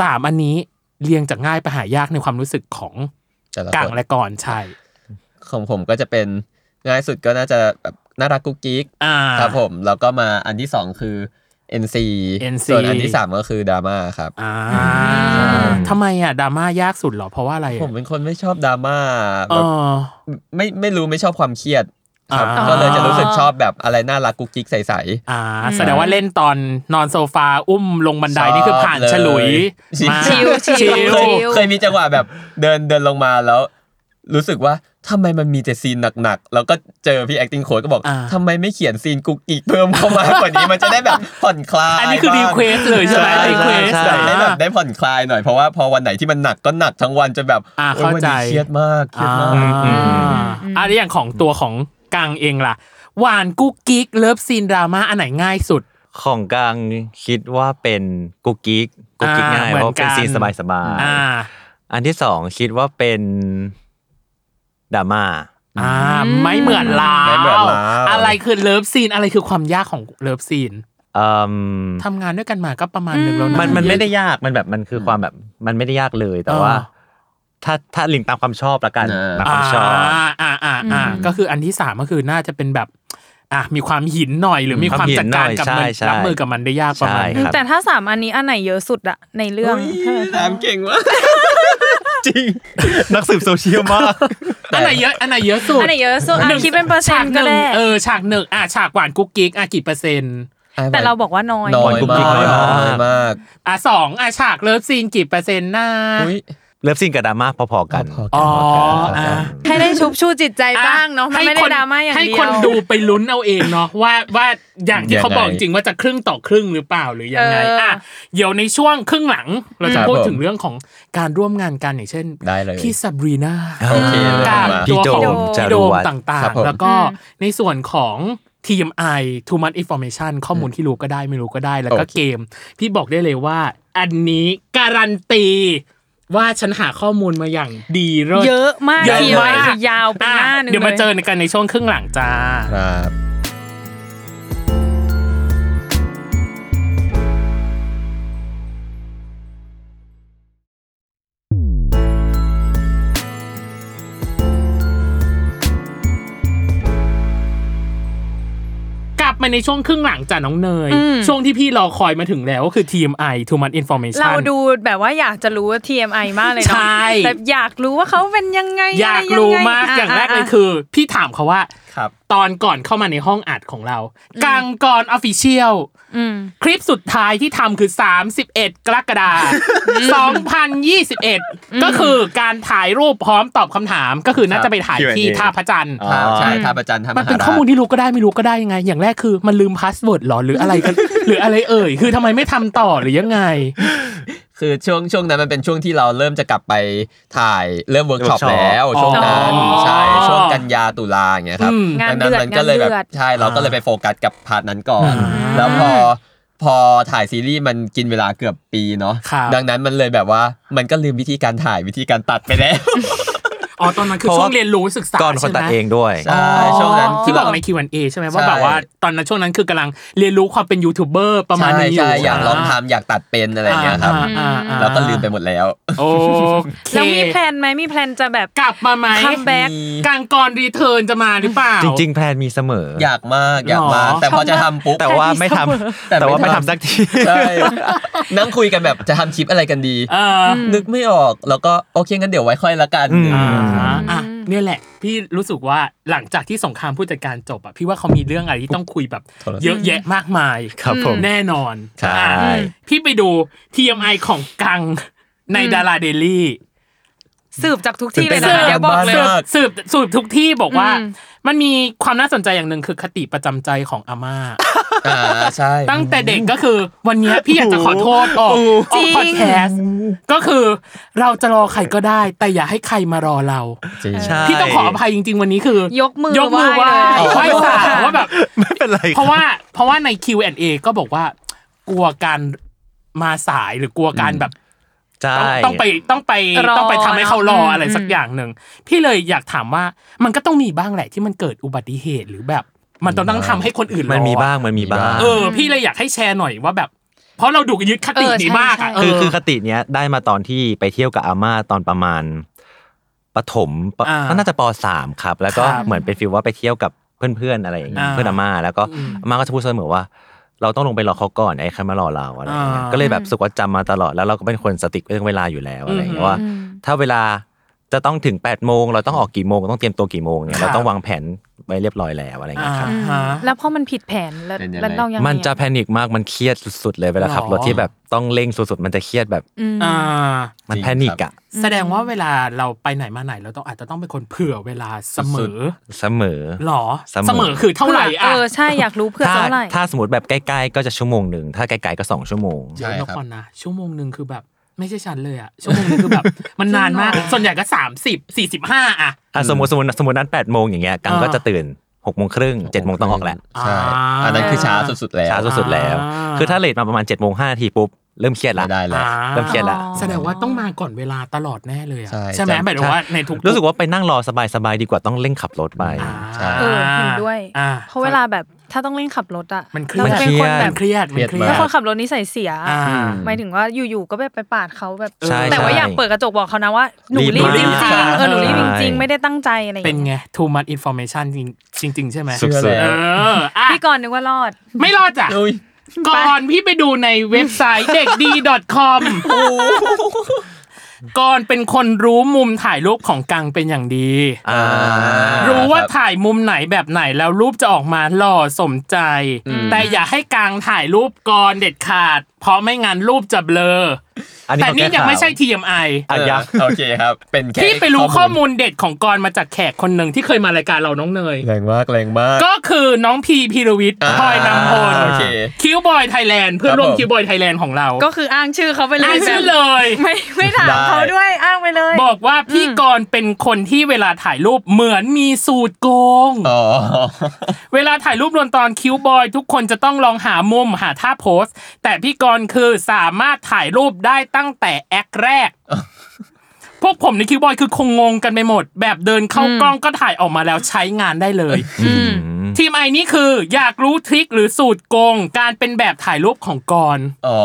สามอันนี้เรียงจากง่ายไปหายากในความรู้สึกของ แต่ละ กั ค ง น และก่อนใช่ ของผมก็จะเป็นง่ายสุดก็น่าจะแบบน่ารักกุกกิ๊ก อ่า ครับผมแล้วก็มาอันที่สองคือ NC NC ส่วนอันที่สามก็คือดราม่าครับ อ่าทำไมอ่ะดราม่ายากสุดเหรอ เพราะว่าอะไร ผมเป็นคนไม่ชอบดราม่า เอ แบบ อ ไม่ไม่รู้ไม่ชอบความเครียดครับ อ่า ก็เลยจะรู้สึกชอบแบบอะไรน่ารักกุ๊กกิ๊กใส อ่า แสดงว่าเล่นตอนนอนโซฟา อุ้มลงบัน ๆ ไดนี่คือผ่าน ชบเ ฉลุย ชิ มา ชิลชิล ชิล ชิล เคยเคยมีจังหวะแบบเดินเดินลงมาแล้ว รู้สึกว่าทำไมมันมีแต่ซีนหนักๆแล้วก็เจอพี่ acting coach ก็บอก อ่า ทำไมไม่เขียนซีนกุ๊กกิ๊กเพิ่มเข้ามากว่านี้มันจะได้แบบ ผ่อนคลาย อันนี้คือรี บ้าง เควสเลยใช่ไหม ใช่ รีเควส ใช่ได้แบบได้ผ่อนคลายหน่อยเพราะว่าพอวันไหนที่มันหนักก็หนักทั้งวันจนแบบ อ่า โย เข้าใจ วันนี้เครียดมากเครียดมาก อ่าอันนี้อย่างของตัวของกังเองล่ะ หวานกุ๊กกิ๊กเลิฟซีนดราม่าอันไหนง่ายสุด ของกลางคิดว่าเป็นกุ๊กกิ๊กกุ๊กกิ๊ก อ่า ง่าย เหมื เพ อน ราะเป็น กัน ซีนสบาย อ่า ๆอันที่สองคิดว่าเป็นดราม่า อ่า ไม่เหมือนลาว ไม่เหมือนลาว อะไรคือเลิฟซีนอะไรคือความยากของเลิฟซีน เอิ่ม ทำงานด้วยกันมาก็ประมาณหนึ่งแล้วะ มันมันไม่ได้ยากมันแบบมันคือความแบบมันไม่ได้ยากเลยแต่ว่า อ่า ถ้าถ้าลิงตามความชอบละกัน เออ ตามความชอบ อ่าอ่าอ่าก็คืออันที่สามก็คือน่าจะเป็นแบบ อ่ะมีความหินหน่อย หรือมี มีคคาววามม จัดการ หินหน่อย กับ ใช่ มัน ใช่ รับมือกับมันได้ยากประมาณ ใช่ นึง ครับ แต่ถ้าสามอันนี้อันไหนเยอะสุดอะในเรื่องใช่ไหม ถามเก่งวะ จริง นักสืบโซเชียลมาก อันไหนเยอะอันไหนเยอะสุด อันไหนเยอะสุดอะคิดเป็นเปอร์เซ็น ฉาก ต์ ห ก็ นึ่ง ได้ เออฉากหนึ่งอ่ะฉากหวานกุ๊กกิ๊กอ่ะกี่เปอร์เซ็นต์ แต่เราบอกว่าน้อย น้อย กุ๊ก มา กิ๊ ก กน้อยมาก น้อยมาก อ่ะสองอ่ะฉากเลิฟซีนกี่เปอร์เซ็นต์หน้า อุ๊ย เลิฟซีนกับดราม่าพอๆกัน พอๆกั อ๋ น อ พอๆกัน อ่ะ ให้ได้ชุบชูจิตใจบ้างเนาะมัน ให้ ไม่ได้ คน ดราม่าอย่าง ให้ เดียว คนดูไปลุ้นเอาเองเนาะว่าว่าอย่างที่เขา ยังไง บอกจริงๆว่าจะครึ่งต่อครึ่งหรือเปล่าหรือยังไงอ่ะเดี๋ยวในช่วงครึ่งหลังเรา ค จะ รับ พูด ผม ถึงเรื่องของการร่วมงานกันอย่างเช่น ได้เลย พี่ซาบรีนา โอเคเลย กับ มา พี่โดมจา พี่ ร โดม วัตร ต่าง ครับผม ๆ แล้วก็ในส่วนของ TMI Too Much Information ข้อมูลที่รู้ก็ได้ไม่รู้ก็ได้แล้วก็เกม พี่บอกได้เลยว่า อันนี้การันตีว่าฉันหาข้อมูลมาอย่างดีเลิศ เยอะมาก เยอะ ทีเล มาก ยคือยาวเป็นหน้าหนึ่ง เดี๋ยวมาเจ ล อกันในช่วงครึ่งหลังจ้า ครับ กลับมาในช่วงครึ่งหลังจากน้องเนย ช่วงที่พี่รอคอยมาถึงแล้วก็คือ TMI Too Much Information เราดู ดูแบบว่าอยากจะรู้ว่า TMI มากเลย ใช่ เนาะแบบอยากรู้ว่าเขาเป็นยังไง อยาก ะไง รู้ ไง มาก อย่างแรกเลย ะะ คือ พี่ถามเขาว่า ครับ ตอนก่อนเข้ามาในห้องอัดของเรา กังกรออฟฟิเชียลคลิปสุดท้ายที่ทำคือ 31 กรกฎาคม2021 ก็คือการถ่ายรูปพร้อมตอบคำถามก็คือน่าจะไปถ่ายที่ท่าพระจันทร์ ครับใช่ท่าประจันทร์ท่าม มันเป็น หาราช ข้อมูลที่รู้ก็ได้ไม่รู้ก็ได้ยังไง อย่างแรกคือมันลืมพาสเวิร์ดหรอหรืออะไรกัน หรืออะไรเอ่ย คือทำไมไม่ทำต่อหรือยังไง คือช่วงช่วงนั้นมันเป็นช่วงที่เราเริ่มจะกลับไปถ่ายเริ่มเวิร์กช็อป workshop แล้วช่วงนั้น อ๋อ ใช่ช่วงกันยาตุลาอย่างเงี้ยครับ อืม ดันั้นมันก็เลยแบบใช่เราก็เลยไปโฟกัสกับพาร์ทนั้นก่อน อ่า แล้วพอพอถ่ายซีรีส์มันกินเวลาเกือบปีเนาะ ครับ ดังนั้นมันเลยแบบว่ามันก็ลืมวิธีการถ่ายวิธีการตัดไปแล้ว อ๋อตอนนั้นคือ เพราะ ช่ ว่า วงเรียนรู้ศึกษา ก่อนคนตัดเองด้วย ใช่ช่วงนั้น ที่บอกใน เรา Q&A ใช่ไหมว่า ใช่ แบบว่าตอนนั้นช่วงนั้นคือกำลังเรียนรู้ความเป็นยูทูบเบอร์ประมาณนี้อ ใช่ ยู่ ใช่อยากลองทำอยากตัดเป็นอะไรอย่างเงี้ยครับ อ่าอ่าอ่า แล้วก็ลืมไปหมดแล้ว โอเค แล้วมีแพลนไหมมีแพลนจะแบบ กลับมาไหม คัมแบ็ค กลางกรรีเทิร์นจะมาหรือเปล่า จริง ๆ แพลนมีเสมออ อยากมากอยากมากแต่พอจะทำปุ๊บ แต่ว่าไม่ทำ แต่ไม่ แต่ว่าไม่ ทำ ทำสักที ใช่ นั่งคุยกันแบบจะทำคลิปอะไรกันดี เออ นึกไม่ออกแล้วก็โอเคงั้นเดี๋ยวไว้ค่อยละกัน อืม อ่าอ่ะเนี่ยแหละ พี่รู้สึกว่าหลังจากที่สงครามผู้จัดการจบอ่ะพี่ว่าเขามีเรื่องอะไรที่ต้องคุยแบบ โทรศัพท์ เยอะแยะมากมาย ครับผม แน่นอน ใช่ อ่ะพี่ไปดู TMI ของกังในดาราเดลี่ สืบจากทุกที่เลย สื นะ บ เดี๋ยวบอกเลย มาก สืบสืบทุกที่บอกว่า มันมีความน่าสนใจอย่างหนึ่งคือคติประจำใจของอาม่า อ่าใช่ ตั้งแต่เด็กก็คือวันเนี้ยพี่อยากจะขอโทษออกออกพอดแคสต์ก็คือเราจะรอใครก็ได้ แต่อย่าให้ใครมารอเรา จริง ใช่ พี่ต้องขออภัยจริง ๆ วันนี้คือ ยกมือย กมือไหว้ ไหว้เลย ไหว้สาลว่าแบบ ไม่เป็นไร เพราะว่าเพราะว่าใน Q&A ก็บอกว่ากลัวการมาสายหรือกลัวการแบบ ใช่ ต้องต้องไปต้องไป รอ ต้องไปทำให้เขารอ เนอะ อะไรสักอย่างหนึ่งพี่เลยอยากถามว่ามันก็ต้องมีบ้างแหละที่มันเกิดอุบัติเหตุหรือแบบ มันต้องต้องทำให้คนอื่นรอ มันมีบ้างมันมีบ้าง เออ พี่เลยอยากให้แชร์หน่อยว่าแบบ เพราะเราดูยึดคติ เออใช่ นี้มากะ ใช่ เ คือคือคติเนี้ยได้มาตอนที่ไปเที่ยวกับอาม่าตอนประมาณปฐมปะ อ่า น่าจะปสามครับ แล้วก็ ครับ เหมือนเป็นฟีลว่าไปเที่ยวกับเพื่อนๆอะไรอย่างเงี้ย อ่า เพื่อนอาม่าแล้วก็อาม่าก็จะพูดเสมอว่า เราต้องลงไปรอเขาก่อนไอ้ใครมารอเราอะไรอย่างเงี้ย อ่า ก็เลยแบบสุกว่าจำมาตลอดแล้วเราก็เป็นคนสติ๊กเรื่องเวลาอยู่แล้วอะไรอย่างเงี้ยว่า ถ้าเวลาจะต้องถึง8ปดโมงเราต้องออกกี่โมงต้องเตรียมตัวกี่โมงเนี่ย ครับ เราต้องวางแผนไว้เรียบร้อยแล้วอะไรอย่าง อ่า เงี้ยครับ ฮะ แล้วพอมันผิดแผนแล้ว เป็นยังไง แล้วเรายังไง มันจะแพนิคมากมันเครียดสุดๆเลยเวลาขับรถ หรอ ที่แบบต้องเร่งสุดๆมันจะเครียดแบบ อ่า มันแพนิคอะ แสดงว่าเวลาเราไปไหนมาไหนเราต้องอาจจะต้องเป็นคนเผื่อเวลาเสมอ เสมอ หรอ เสมอ เสมอคือเท่าไหร่ เอ อ่ะ อใช่อยากรู้เพื่อ ถ้า เท่าไหร่ ถ้าสมมติแบบใกล้ๆ ก็จะชั่วโมงหนึ่ง ถ้าไกลๆก็สองชั่วโมง เดี๋ยว ใช่ นะ ครับ ก่อนนะชั่วโมงหนึ่งคือแบบ ไม่ใช่ฉันเลยอ่ะชั่วโมงหนึงคือแบบ มันนานมาก ส่วนใหญ่ก็ 30 45 อ่ะ อ่ะสมมติสมมติสมมตินั้นแปดโมงอย่างเงี้ยกัง อ่า ก็จะตื่นหกโมงครึ่งเจ็ดโมงต้องออกแหละ ใช่อันนั้นคือช้าสุดๆแล้ว ช้าสุดๆแล้ว อ่า คือถ้าเลทมาประมาณเจ็ดโมงห้านาทีปุ๊บ เริ่มเครียดละ ไม่ได้แล้ว อ่า เริ่มเครียดละ แสดงว่าต้องมาก่อนเวลาตลอดแน่เลยอ่ะ ใช่ ใช่ไหม จำ หมายถึงว่าในทุก รู้สึกว่าไปนั่งรอสบายๆ ดีกว่าต้องเร่งขับรถไป อ่า ใช่ เออเห็นด้วย อ่ เพราะเวลาแบบถ้าต้องเร่งขับรถอะ มันเครียด เราจะเป็นคนแบ มั บ นเครียดมันเครีย เครียเป็ดน ด มาก คนขับรถนิสัยเสีย อ่า หมายถึงว่าอยู่ๆก็แบบไปปาดเขาแบบ ใช่ แต่ว่า ใช่ อยากเปิดกระจกบอกเขานะว่าหนู รี รี บบมา จริง ใช่ ๆเออหนูรีบจริงๆไม่ได้ตั้งใจอะไรอย่าง เป็น เงี้ย ไง too much information จริงจริง ๆ ใช่ไหม สุดๆ เอออ่ะ พี่กรณ์นึกว่ารอด ไม่รอดจ้ะ อุ้ย ก่อนพี่ไปดูในเว็บไซต์ เด็กดี .com ก่อนเป็นคนรู้มุมถ่ายรูปของกังเป็นอย่างดี อ่า รู้ว่า คบ ถ่ายมุมไหนแบบไหนแล้วรูปจะออกมาหล่อสมใจ แต่อย่าให้กังถ่ายรูปก่อนเด็ดขาด เพราะไม่งั้นรูปจะเบลอ อันนี้ แต่ เขา นี่ แก้ ยัง ข่าว ไม่ใช่ TMI อ่ะยัง โอเคครับ เป็นแค่ ที่ไปรู้ข้อมูลเด็ดของกรมาจากแขกคนหนึ่งที่เคยมารายการเราน้องเนย แรงมากแรงมาก ก็คือน้องพีพีรวิทย์ อ่า พลอยนำพล โอเค คิวบอยไทยแลนด์เพื่อนร่วม ครับผม คิวบอยไทยแลนด์ของเรา ก็คืออ้างชื่อเขาไปเลย อ่านชื่อเลย ไม่ไม่ถาม ได้ เขาด้วยอ้างไปเลย บอกว่าพี่กรณ์เป็นคนที่เวลาถ่ายรูปเหมือนมีสูตรโกง อ๋อ เวลาถ่ายรูปรวนตอนคิวบอย ทุกคนจะต้องลองหามุมหาท่าโพส แต่พี่กรณ์คือสามารถถ่ายรูปได้ตั้งแต่แอคแรก พวกผมในคิวบอยคือคงงงกันไปหมด แบบเดินเข้ากล้องก็ถ่ายออกมาแล้วใช้งานได้เลย อืม ทีมไอนี่คืออยากรู้ทริคหรือสูตรโกง การเป็นแบบถ่ายรูปของกรณ์ อ๋อ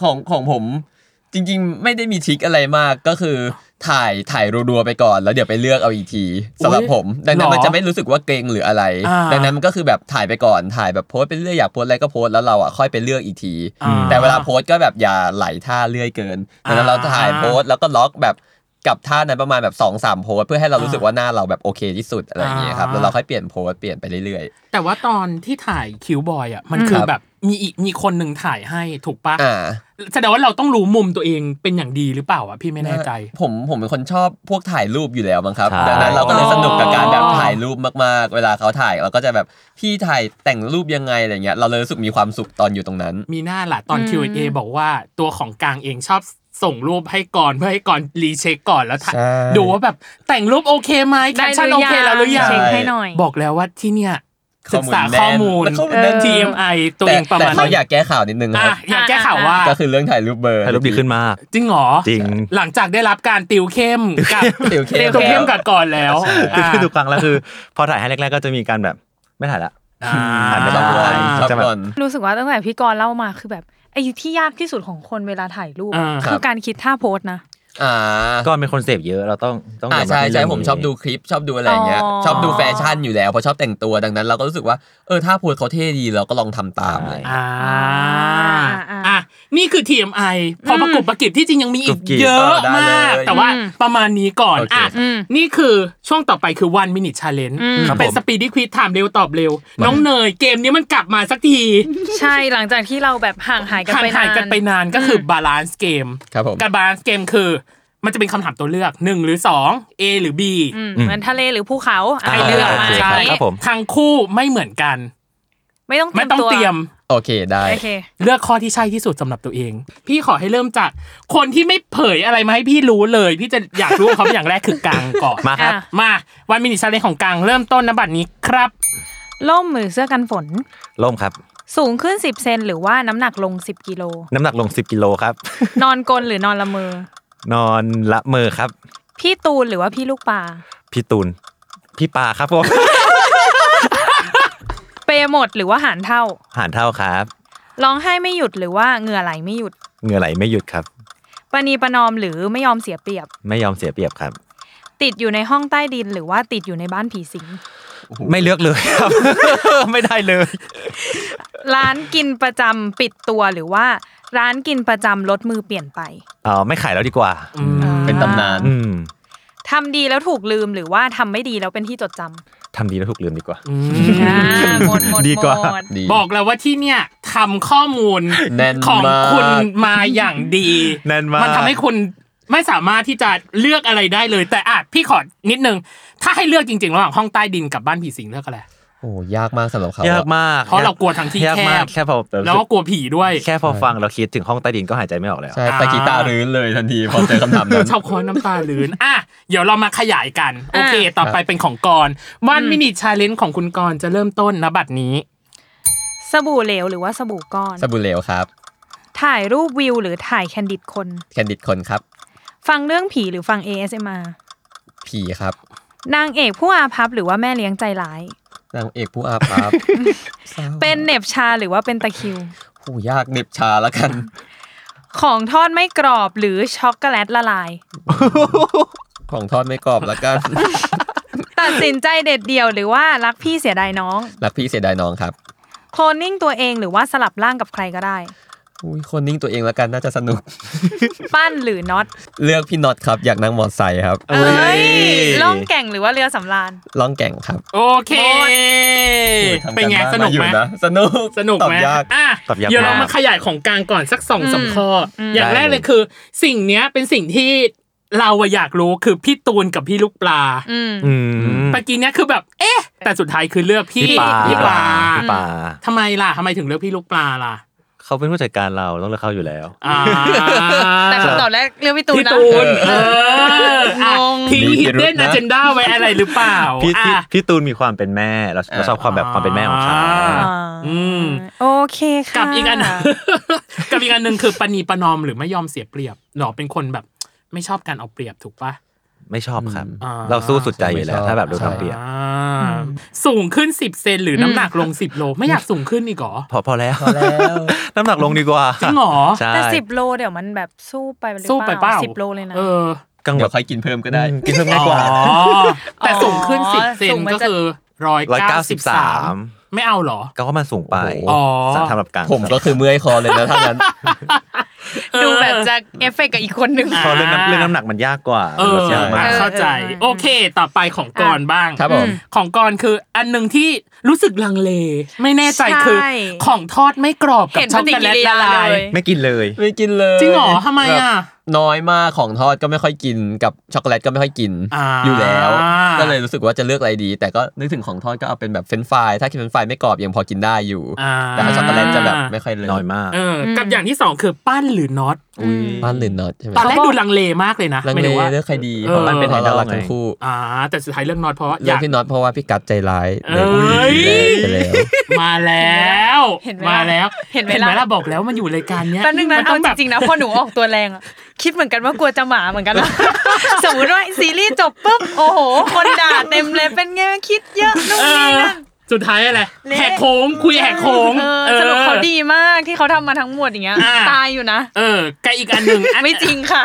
ของของผมจริงๆ ไม่ได้มีทริคอะไรมากก็คือถ่ายถ่ายรัวๆไปก่อน แล้วเดี๋ยวไปเลือกเอาอีกทีสำหรับผม ดังนั้หนรอ มันจะไม่รู้สึกว่าเกรงหรืออะไร อ่า ดังนั้นมันก็คือแบบถ่ายไปก่อนถ่ายแบบโพสต์ไปเรื่อยอยากโพสต์อะไรก็โพสต์แล้วเราอ่ะค่อยไปเลือกอีกที อ่ แต่เวลาโพสต์ก็แบบอย่าไหลท่าเลื่อยเกินดังนั้นเราถ่ายโพสต์แล้วก็ล็อกแบบกับท่านั้นประมาณแบบ2อสามโพสต์เพื่อให้เรารู้สึกว่าหน้าเราแบบโอเคที่สุดอะไรอย่างเงี้ยครับแล้วเราค่อยเปลี่ยนโพสต์เปลี่ยนไปเรื่อย แต่ว่าตอนที่ถ่ายคิวบอยอ่ะมันคือ ครับ แบบมีอีกมีคนหนึ่งถ่ายให้ถูกปะ ๆอ่า แสดงว่าเราต้องรู้มุมตัวเองเป็นอย่างดีหรือเปล่าอ่ะพี่ไม่แน่ใจ ผมผมเป็นคนชอบพวกถ่ายรูปอยู่แล้วมั้งครับ ใช่ ดังนั้นเราก็เลยสนุกกับการแบบ อ๋อ ถ่ายรูปมากๆ เวลาเขาถ่ายเราก็จะแบบพี่ถ่ายแต่งรูปยังไงอะไรเงี้ยเราเลยรู้สึกมีความสุขตอนอยู่ตรงนั้น มีหน้าล่ะตอน Q&A บอกว่าตัวของกลางเองชอบส่งรูปให้ก่อนเพื่อให้ก่อนรีเช็คก่อนแล้วถ่าย ใช่ ดูว่าแบบแต่งรูปโอเคไหมแค ได้ ปชั่น หรือ โอเคแล้วหรือยัง เช็คให้หน่อย บอกแล้วว่าที่เนี่ยศึกษา แน่น ข้อมูล แวข้อมูลแน่น TMI ตัวเองประ แต่ มาณ เขาอยาก นั้น แก้ข่าวนิดนึงค อ่ะ รับ อยากแก้ข่าวว่า ก็คือเรื่องถ่ายรูปเบอร์ ถ่ายรูปดีขึ้นมาก จริงเหรอ จริง หลังจากได้รับการติวเข้มกับ ติวเข้ ติ ม วเข้มกับก่อนแล้วอ่ะ คือทุกครั้งแล้วคือ พอถ่ายให้แรกๆก็จะมีการแบบไม่ถ่ายละ หันไป ชอบ ง บอล อ่า ชอบบอล รู้สึกว่าตั้งแต่พี่กรณ์เล่ามาคือแบบไอ้ที่ยากที่สุดของคนเวลาถ่ายรูปอะ อ่า คื ครั อบ การคิดท่าโพสนะ อ่า ก็เป็นคนเสพเยอะเราต้องต้องย อ่า อมรับ ใช่ เรื่ ใช่ งนี้ ผมชอบดูคลิปชอบดูอะไรอย่างเงี้ย อ๋อ ชอบดูแฟชั่นอยู่แล้วเพราะชอบแต่งตัวดังนั้น เราก็รู้สึกว่าเออถ้าโพูดเขาเท่ดีเราก็ลองทำตามอะไรอย่างเงี้ย อ่า อ่า อ่ะนี่คือ TMI พอประกบประกิบที่จริงยังมีอีกเยอะมาก เออได้เลย แต่ว่าประมาณนี้ก่อน โอเค อ่ะนี่คือช่วงต่อไปคือ one minute challenge ครับผม เป็นสปีดที่ควิดถามเร็วตอบเร็ว น้องเนยเกมนี้มันกลับมาสักที ใช่หลังจากที่เราแบบห่างหายกัน ห่างหานไปาย น กันไปนานก็คือบาลานซ์เกม ครับผม การบาลานซ์เกมคือ มันจะเป็นคำถามตัวเลือก 1 หรือ 2 A หรือ B อืมเหมือนทะเลหรือภูเขา อ่า ให้เลือกมา โอเค อ ค ย่างรับนี้ ครับผม ทั้งคู่ไม่เหมือนกัน ไม่ต้อง ไม่ต้องเตรียม โอเคได้ โอเค เลือกข้อที่ใช่ที่สุดสำหรับตัวเอง พี่ขอให้เริ่มจากคนที่ไม่เผยอะไรมาให้พี่รู้เลย พี่จะอยากรู้ว่าเขาเป็นอย่างแรกคือกังก่อน มาครับ อ่ะ มาวันมินิชาเลนของกังเริ่มต้นนบัตรนี้ครับ ล่มหรือเสื้อกันฝน ล่มครับ สูงขึ้น 10 เซนหรือว่าน้ำหนักลง 10กิโล น้ำหนักลง 10กิโลครับ นอนกลนหรือนอนละเมอ นอนละเมอครับ พี่ตูนหรือว่าพี่ลูกปลา พี่ตูน พี่ปาครับผม เปย์หมดหรือว่าหารเท่า หานเท่าครับ ร้องไห้ไม่หยุดหรือว่าเหงื่อไหลไม่หยุด เหงื่อไหลไม่หยุดครับ ปณีประนอมหรือไม่ยอมเสียเปรียบ ไม่ยอมเสียเปรียบครับ ติดอยู่ในห้องใต้ดินหรือว่าติดอยู่ในบ้านผีสิง ไม่เลือกเลยครับ ไม่ได้เลย ร้านกินประจำปิดตัวหรือว่า ร้านกินประจำลดมือเปลี่ยนไป เออไม่ขายแล้วดีกว่า เป็นตำนาน อืม ทำดีแล้วถูกลืมหรือว่าทำไม่ดีแล้วเป็นที่จดจำ ทำดีแล้วถูกลืมดีกว่า อ่าหมดหมด ดีกว่า หมด ดี บอกแล้วว่าที่เนี่ยทำข้อมูล แน่น ของ มาก คุณมาอย่างดี แน่นมาก มันทำให้คุณไม่สามารถที่จะเลือกอะไรได้เลย แต่อ่ะพี่ขอนิดนึง ถ้าให้เลือกจริงๆระหว่างห้องใต้ดินกับบ้านผีสิงเลือกอะไร โอ้ยากมากสำหรับเขา ยากมาก เพราะเรากลัวทางที่ ยาก แค มาก บ แค่พอ แล้วก็กลัวผีด้วย แค่พอฟังเราคิดถึงห้องใต้ดินก็หายใจไม่ออกแล้ว ใช่ตะกี้ตารื้นเลยทันทีพอเจอคำถามนั้น ชอบคอน้ำตาลื้น อ่ะ เดี๋ยวเรามาขยายกัน โอเค อ่ะ ต่อไปเป็นของกรวันมินิชาเลนของคุณกรณ์จะเริ่มต้นนะบัตรนี้ สบู่เหลวหรือว่าสบู่ก้อน สบู่เหลวครับ ถ่ายรูปวิวหรือถ่ายแคนดิดคน แคนดิดคนครับ ฟังเรื่องผีหรือฟัง ASMR ผีครับ นางเอกผู้อาภัพหรือว่าแม่เลี้ยงใจร้าย นางเอกผู้อาภัพศร้า เป็นเหน็บชาหรือว่าเป็นตะคริว โอ้ยากเด็บชาแล้วกัน ของทอดไม่กรอบหรือช็อกโกแลตละลาย ของทอดไม่กรอบแล้ว กัน ตัดสินใจเด็ดเดี่ยวหรือว่ารักพี่เสียดายน้อง รักพี่เสียดายน้องครับ โคลนนิ่งตัวเองหรือว่าสลับร่างกับใครก็ได้ อุ๊ยคนนิ่งตัวเองแล้วกันน่าจะสนุก ปั้นหรือน็อต เลือกพี่น็อตครับ อยากนั่งมอเตอร์ไซค์ครับ เอ้ยล่องแก่งหรือว่าเรือสำราญ ล่องแก่งครับ โอเค ทำ เป็นไง ารบ้า สนุก มาอยู่ ไหม นะสนุก สนุก ตอบ ไหม ยาก อ่ะ ตอบยาก เดี๋ยวเรามาม าก ขยายของกลางก่อนสักสองสามข้อออย่างแรกเลได้เลย ย คือ สิ่งเนี้ยเป็นสิ่งที่เราอะอยากรู้คือพี่ตูนกับพี่ลูกปลา อืม อืม เมื่อกี้เนี้ยคือแบบ เอ๊ะ แต่สุดท้ายคือเลือกพี่ พี่ปลา พี่ปลา พี่ปลา ทำไมล่ะทำไมถึงเลือกพี่ลูกปลาล่ะ เขาเป็นผู้จัดการเราต้องเลือกเขาอยู่แล้ว อ่า แต่คำตอบแรกเรือพี่ตูน พี่ นะ ตูน เอออ่ะ งง ทิ้ง มีพิ hidden รุ agenda ธนะ ไว้อะไรหรือเปล่า พี่พี่ อ่ะ พี่ตูนมีความเป็นแม่เราเราชอบความแบบความเป็นแม่ของเขา อ่า อ่า อืม โอเคค่ะ กับอีกอัน กับอีกอันหนึ่งคือปณีประนอมหรือไม่ยอมเสียเปรียบหนอเป็นคนแบบไม่ชอบการเอาเปรียบถูกปะ ไม่ชอบครับ อ่า เราสู้สุดใจอยู่แล้ว ใช่ ถ้าแบบโดนเอาเปรียบ อ่าสูงขึ้น 10 เซนหรือน้ำหนักลง 10 โล ไม่อยากสูงขึ้นอีกเหรอ พอพอแล้ว พอแล้ว น้ำหนักลงดีกว่า จริงเหรอ ใช่ แต่สิบโลเดี๋ยวมันแบบสู้ไปหรือ สู้ไปเปล่า สิบโลเลยนะ เออ กังว เดี๋ย ล วค่อยกินเพิ่มก็ได้ กินเพิ่มง่ายกว่า อ๋อแต่สูงขึ้น อ๋อ 10 เซ สู น งมัน ก็ จะ คือร้อย ร้อย เก้า เก้า สิ สิ บบ สา สาม ม ไม่เอาเหรอ ก็ว่ามันสูงไป โอ้โห อ๋อ สำหรับการ ผมก็คือเมื่อยคอเลยนะถ้างั้น เออ ดูแบบจะเอฟเฟกต์กับอีกคนนึง เพอเรื่องน้ำเรื่องน้ำหนักมันยากกว่า เออ มันยากมาก เข้าใจ โอเค ต่อไปของกรบ้าง ครับผม ของกรคืออันหนึ่งที่รู้สึกลังเล ไม่แน่ใจ ใช่ คือ ของทอดไม่กรอบกับ เห็น ช็ ป อก ฏิ โกแล กิ ต ริยาละลาย เลย ไม่กินเลย ไม่กินเลย จริงเหรอทำไม แบบ อ่ะ น้อยมากของทอดก็ไม่ค่อยกินกับช็อกโกแลตก็ไม่ค่อยกิน อ่า อยู่แล้ว ก็เลยรู้สึกว่าจะเลือกอะไรดี แต่ก็นึกถึงของทอดก็เอาเป็นแบบเฟรนช์ฟรายถ้ากินเฟรนช์ฟรายไม่กรอบยังพอกินได้อยู่ อ่า แต่ช็อกโกแลตจะแบบไม่ค่อยเลย น้อยมาก เออกับอย่างที่สองคือปั้นหรือน็อต บ้านหรือนอตใช่ไหม ตอนแรกดูลังเลมากเลยนะ ลัง ไม่ เล รู้ว่า เลือกใครดี เออ เพราะมันเป็นทางน่ารัก เราไง ทั้งคู่ อ่า แต่สุดท้ายเลือกน็อตเพราะว่าอ เลือก ยาก พี่น็อตเพราะว่าพี่กัดใจร้าย เอ้ย ไปแล้ว มาแล้ว เห็นไหม มาแล้ว เห็นไหมล่ะ ล่ะบอกแล้วมันอยู่รายการเนี้ย แป๊บนึงนะ มั เอา ต้อง จ แบบ ริงๆนะพอหนูออกตัวแรงอะคิดเหมือนกันว่ากลัวจะหมาเหมือนกันนะ สมมติว่าซีรีส์จบปุ๊บโอ้โห คนด่าเต็มเลยเป็นไงคิดเยอะนู่น เอ นี่ อ นั่น สุดท้ายอะไร เละ แหกโค้งคุยแหกโค้ง เออสรุปเขาดีมากที่เขาทำมาทั้งหมดอย่างเงี้ย อ่า ตายอยู่นะ เออกับอีกอันหนึ่งอัน ไม่จริงค่ะ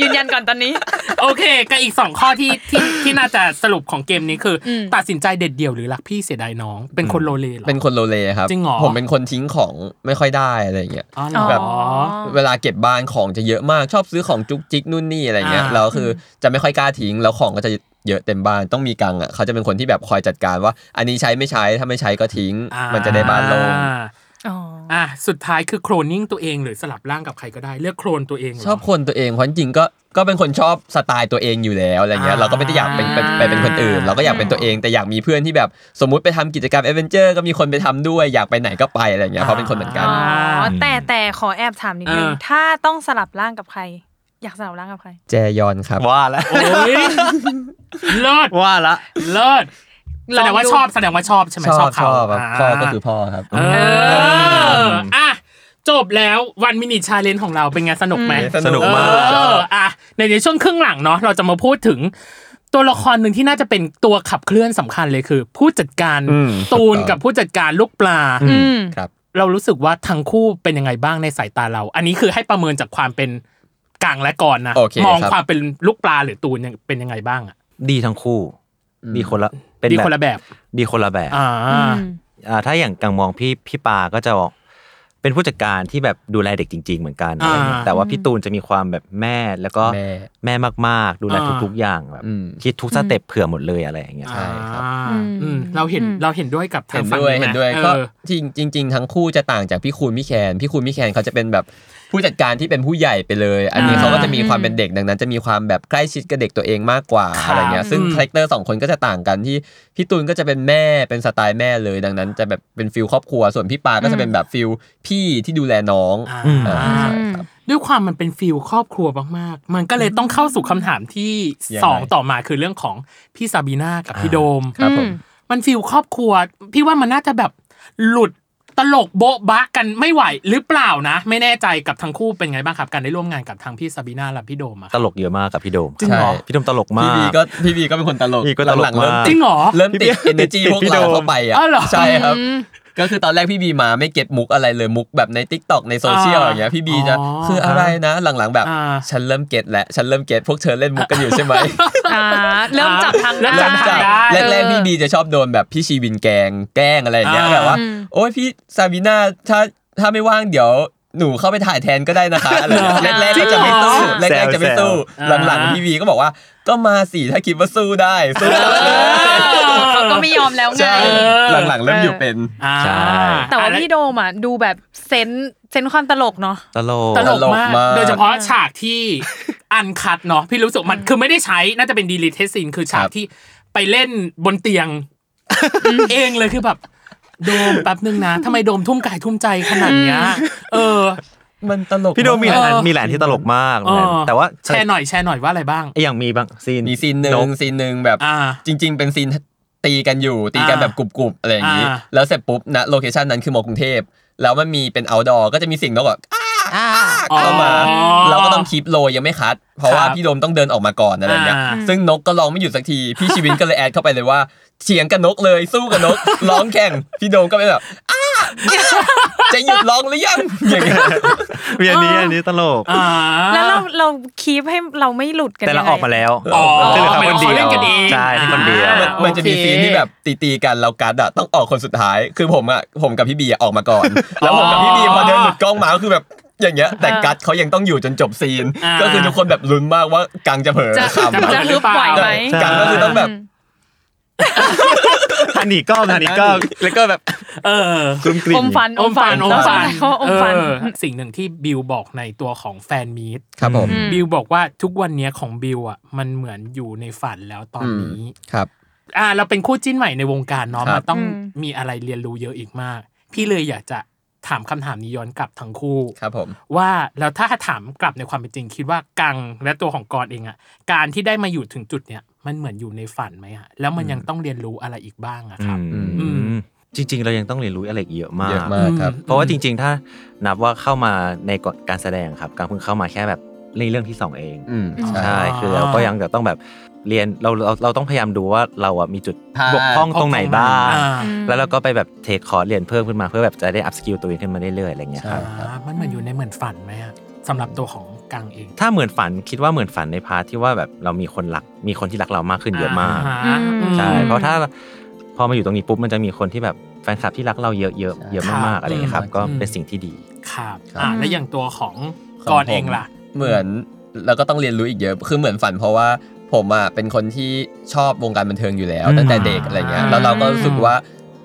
ยืนยันก่อนตอนนี้ โอเคกับอีกสองข้อที่ที่ที่น่าจะสรุปของเกมนี้คืออตัดสินใจเด็ดเดี่ยวหรือรักพี่เสียดายน้อง เป็นคนโลเลเหรอ เป็นคนโลเลครับ จริงเหรอ ผมเป็นคนทิ้งของไม่ค่อยได้อะไรอย่างเงี้ย อ๋อเหรอ แบบ เวลาเก็บบ้านของจะเยอะมากชอบซื้อของจุกจิกนู่นนี่อะไรเงี้ย อ่า แล้วคือจะไม่ค่อยกล้าทิ้งแล้วของก็จะเยอะเต็มบ้านต้องมีกังอ่ะเขาจะเป็นคนที่แบบคอยจัดการว่า อันนี้ใช้ไม่ใช้ถ้าไม่ใช้ก็ทิ้ง อ่า มันจะได้บ้านโล่ง อ๋อ อ่ะสุดท้ายคือโคลนนิ่งตัวเองหรือสลับร่างกับใครก็ได้เลือกโคลนตัวเองเหร ชอบคนตัวเองเพราะจริงๆก็ก็เป็นคนชอบสไตล์ตัวเองอยู่แล้วอะไรเงี้ย อ่า เราก็ไม่ได้อยากเป็นเป็นไปเป็นคนอื่น เราก็อยากเป็นตัวเองแต่อยากมีเพื่อนที่แบบสมมุติไปทำกิจกรรมเอเวนเจอร์ก็มีคนไปทำด้วยอยากไปไหนก็ไปอะไรเงี้ยเพราะเป็นคนเหมือนกัน อ๋อ แต่แต่ขอแอบถามนิดนึง เออ ถ้าต้องสลับร่างกับใคร อยากสลับร่างกับใคร แจยอนครับ ว่าละ โอ้ยเลิศ ว่าละ เลิศแสดงว่า ลองดู ชอบแสดงว่าชอบใช่ไหม ช ช อ อ บบ ช เขา อบครับ า พ่อก็คือพ่อครับ เอออ่ะจบแล้ววันมินิชาเลนของเราเป็นไงสนุกไหม สนุกมาก เอออ่ะในในช่วงครึ่งหลังเนาะเราจะมาพูดถึง ตัวละครหนึ่งที่น่าจะเป็นตัวขับเคลื่อนสำคัญเลยคือ ผู้จัดการ อืม ตูน ถูกต้อง กับผู้จัดการลูกปลา อืม ครับ เรารู้สึกว่าทั้งคู่เป็นยังไงบ้างในสายตาเรา อันนี้คือให้ประเมินจากความเป็นกลางและก่อนนะ โอเค มอง ครับ ความเป็นลูกปลาหรือตูนยังเป็นยังไงบ้างอ่ะ ดีทั้งคู่ ดีคนละเป็น ดีคนละแบบ ดีคนละแบบ อ่า อ่าถ้าอย่างกังมองพี่พี่ปาก็จะบอกเป็นผู้จัดการที่แบบดูแลเด็กจริง ๆ เหมือนกัน อ่า อะไรเงี้ยแต่ว่าพี่ตูนจะมีความแบบแม่แล้วก็ แม่ แม่มากๆ ดูแลทุกๆอย่างแบบ อืม คิดทุกสเต็ปเผื่อหมดเลยอะไรอย่างเงี้ย ใช่ครับ อ่าอืมเราเห็นเราเห็นด้วยกับทา เห็ ง น ฝั่ง ด้วย ไหม เห็นด้วย ออ ก็จริงจริง ๆ ทั้งคู่จะต่างจากพี่คูณพี่แคนพี่คูณพี่แคนเขาจะเป็นแบบผู้จัดการที่เป็นผู้ใหญ่ไปเลย อันนี้ อ่า เขาก็จะมีความเป็นเด็กดังนั้น จะมีความแบบใกล้ชิดกับเด็กตัวเองมากกว่า ครับ อะไรเงี้ยซึ่ง อืม คาแรคเตอร์สองคนก็จะต่างกันที่พี่ตูนก็จะเป็นแม่เป็นสไตล์แม่เลย ดังนั้นจะแบบเป็นฟิลครอบครัว ส่วนพี่ปาก็จะเป็นแบบฟิลพี่ที่ดูแลน้อง อ่า อ่าใช่ครับ ด้วยความมันเป็นฟิลครอบครัวมากๆ มันก็เลยต้องเข้าสู่คำถามที่ ยังไง สองต่อมาคือเรื่องของพี่ซาบีนากับพี่โดม ครับผม มันฟิลครอบครัว พี่ว่ามันน่าจะแบบหลุดตลกโบ๊ะบะกันไม่ไหวหรือเปล่านะ ไม่แน่ใจกับทั้งคู่เป็นไงบ้างครับ การได้ร่วมงานกับทางพี่ซาบีนาและพี่โดมอะ ตลกเยอะมากกับพี่โดม จริงเหรอ ใช่พี่โดมตลกมา พี่ ก บีก็พี่บีก็เป็นคนตลก พี่ก็ตลก หงๆเริ่ม มาก จริติด งเหรอ เริ่มติด พี่ energy พวก พี่โด เรา ม เข้าไปอ่ะ อ้าวเหรอ ใช่ครับ ก็คือตอนแรกพี่บีมาไม่เก็ตมุกอะไรเลยมุกแบบใน t ิ k t o k ในโซเชียล อ่า อย่างเงี้ยพี่บีจะ อ๋อ คืออะไรนะหลังๆแบบ อ่า ฉันเริ่มเก็ตแล้วฉันเริ่มเก็ตพวกเธอเล่นมุกกันอยู่ใช่ไหม อ่า เริ่มจับทาง เริ่มจับทาง ได้ แรกๆพี่บีจะชอบโดนแบบพี่ชีวินแกล้งแกล้งอะไรอย่างเงี้ย อ่า แบบว่า โอ้ยพี่ซาบิน่าถ้าถ้าไม่ว่างเดี๋ยว หนูเข้าไปถ่ายแทนก็ได้นะคะอะไรอย่างเงี้ยแรกๆก็จะไม่สู้แรกๆจะไม่สู้ แซวๆ หลังๆพี่วีก็บอกว่า ก็มาสิถ้าคิดว่าสู้ได้สู้ได้ เขาก็ไม่ยอมแล้วไง ใช่หลังๆเริ่มอยู่เป็น อ่า ใช่ แต่ว่า อ่ะ พี่โดมอ่ะดูแบบเซนส์เซนส์ความตลกเนาะ ตลก ตลก ตลก มาก มาก โดยเฉพาะฉากที่ อันคัดเนาะพี่รู้สึกมันคือไม่ได้ใช้น่าจะเป็นดีลิทเทสซินคือฉากที่ไปเล่นบนเตียง เองเลยคือแบบ โดมแป๊บนึงนะทำไมโดมทุ่มกายทุ่มใจขนาดเนี้ยเออ มันตลก พี่โดมมีหลายอัน เออ มีหลายอันที่ตลกมากเหมือนกัน เออ แต่ว่า แชร์หน่อยแชร์หน่อยว่าอะไรบ้าง อย่างมีบางซีน มีซีนหนึ่ ก งซีนหนึ่งแบบ อ่า จริง ๆ เป็นซีนตีกันอยู่ตีกัน อ่า แบบกรุบๆอะไรอย่างนี้ อ่า แล้วเสร็จปุ๊บนะโลเคชันนั้นคือมอกรุงเทพแล้วมันมีเป็น outdoor ก็จะมีเสิ่งนกแบบอ้าอ้าเข้ามา อ๋อ เราก็ต้องคีปโลยังไม่คัด เพราะคว่ารับ พี่โดมต้องเดินออกมาก่อนอะไรอย่างเงี้ย อ่า ซึ่งนกก็ร้องไม่หยุดสักที พี่ชีวินก็เลยแอดเข้าไปเลยว่าเฉียงกับนกเลยสู้กับนก ร้องแข่งพี่โดมก็เป็นแบบอ้าอ้า จะหยุดร้องหรือยังอย่างเงี้ย มีอันนี้อันนี้ตลก อ่า แล้วเราเราคีปให้เราไม่หลุดกัน แต่เราออกมาแล้ว อ๋อ ก็เหลือ ห เขา มาย ค ถึ น งเขาเดีย เล่ วน กันเอง ใช่ที่คนเดียว อ่า มันจะมีซีนที่แบบตีๆกันเรากัดอะต้องออกคนสุดท้าย คือผมอะผมกับพี่บีอะออกมาก่อน แล้วผมกับพี่บีพอเดินหลุดกล้องมาก็คือแบบอย่างเงี้ย แต่กัดเขายังต้องอยู่จนจบซีน อ่า ก็คือทุกคนแบบลุ้นมากว่ากังจะเผลอ จะ ขำ จะฮึบไหวไหม ใช่ กังก็คือต้องแบบ อันนี้ก็อันนี้ก็แล้วก็แบบ เออ กลุ้มกลิ่ อมฟัน อมฟันอม เราส ฟั ง น สัยเขาว่าอมฟัน เออสิ่งหนึ่งที่บิวบอกในตัวของแฟนมีต ครับผม บิวบอกว่าทุกวันเนี้ยของบิวอ่ะ มันเหมือนอยู่ในฝันแล้วตอนนี้ ครับ อ่า เราเป็นคู่จิ้นใหม่ในวงการเนาะ ครับ มันต้องมีอะไรเรียนรู้เยอะอีกมาก พี่เลยอยากจะถามคำถามนี้ย้อนกลับทั้งคู่ ครับผม ว่าแล้วถ้าถามกลับในความเป็นจริง คิดว่ากังและตัวของกรเองอะการที่ได้มาอยู่ถึงจุดเนี้ยมันเหมือนอยู่ในฝันไหมอะแล้วมันยังต้องเรียนรู้อะไรอีกบ้างอะครับ อืม อืม จริง ๆ เรายังต้องเรียนรู้อะไรอีกเยอะมาก เยอะมากครับ เพราะว่าจริง ๆ ถ้านับว่าเข้ามาในการแสดงครับการเพิ่งเข้ามาแค่แบบในเรื่องที่สองเอง อืมใช่ ใช่คือเราก็ยังจะต้องแบบเรียนเราเราเราต้องพยายามดูว่าเราอ่ะมีจุด พลาด บกพร่องตรงไหนบ้าง อ่า แล้วเราก็ไปแบบเทรดคอร์สเรียนเพิ่มขึ้นมาเพื่อแบบจะได้อัพสกิลตัวเองขึ้นมาเรื่อยๆอะไรอย่างเงี้ยครับ อ่ามันเหมือนอยู่ในเหมือนฝันไหมอะสำหรับตัวของกังเอง ถ้าเหมือนฝันคิดว่าเหมือนฝันในพาร์ทที่ว่าแบบเรามีคนรักมีคนที่รักเรามากขึ้นเยอะมาก อ่ฮะอืม ใช่เพราะถ้าพอมาอยู่ตรงนี้ปุ๊บมันจะมีคนที่แบบแฟนคลับที่รักเราเยอะๆเยอะมากๆอะไรอย่างเงี้ยครับ อืม ก็เป็นสิ่งที่ดี ครับอ่าและอย่างตัวของ ของ กอนเอง ผม ล่ะ เหมือนแล้วก็ต้องเรียนรู้อีกเยอะ คือเหมือนฝันเพราะว่าผมอ่ะเป็นคนที่ชอบวงการบันเทิงอยู่แล้ว อืม ตั้งแต่เด็กอะไรเงี้ย แล้วเราก็รู้สึก อืม ว่า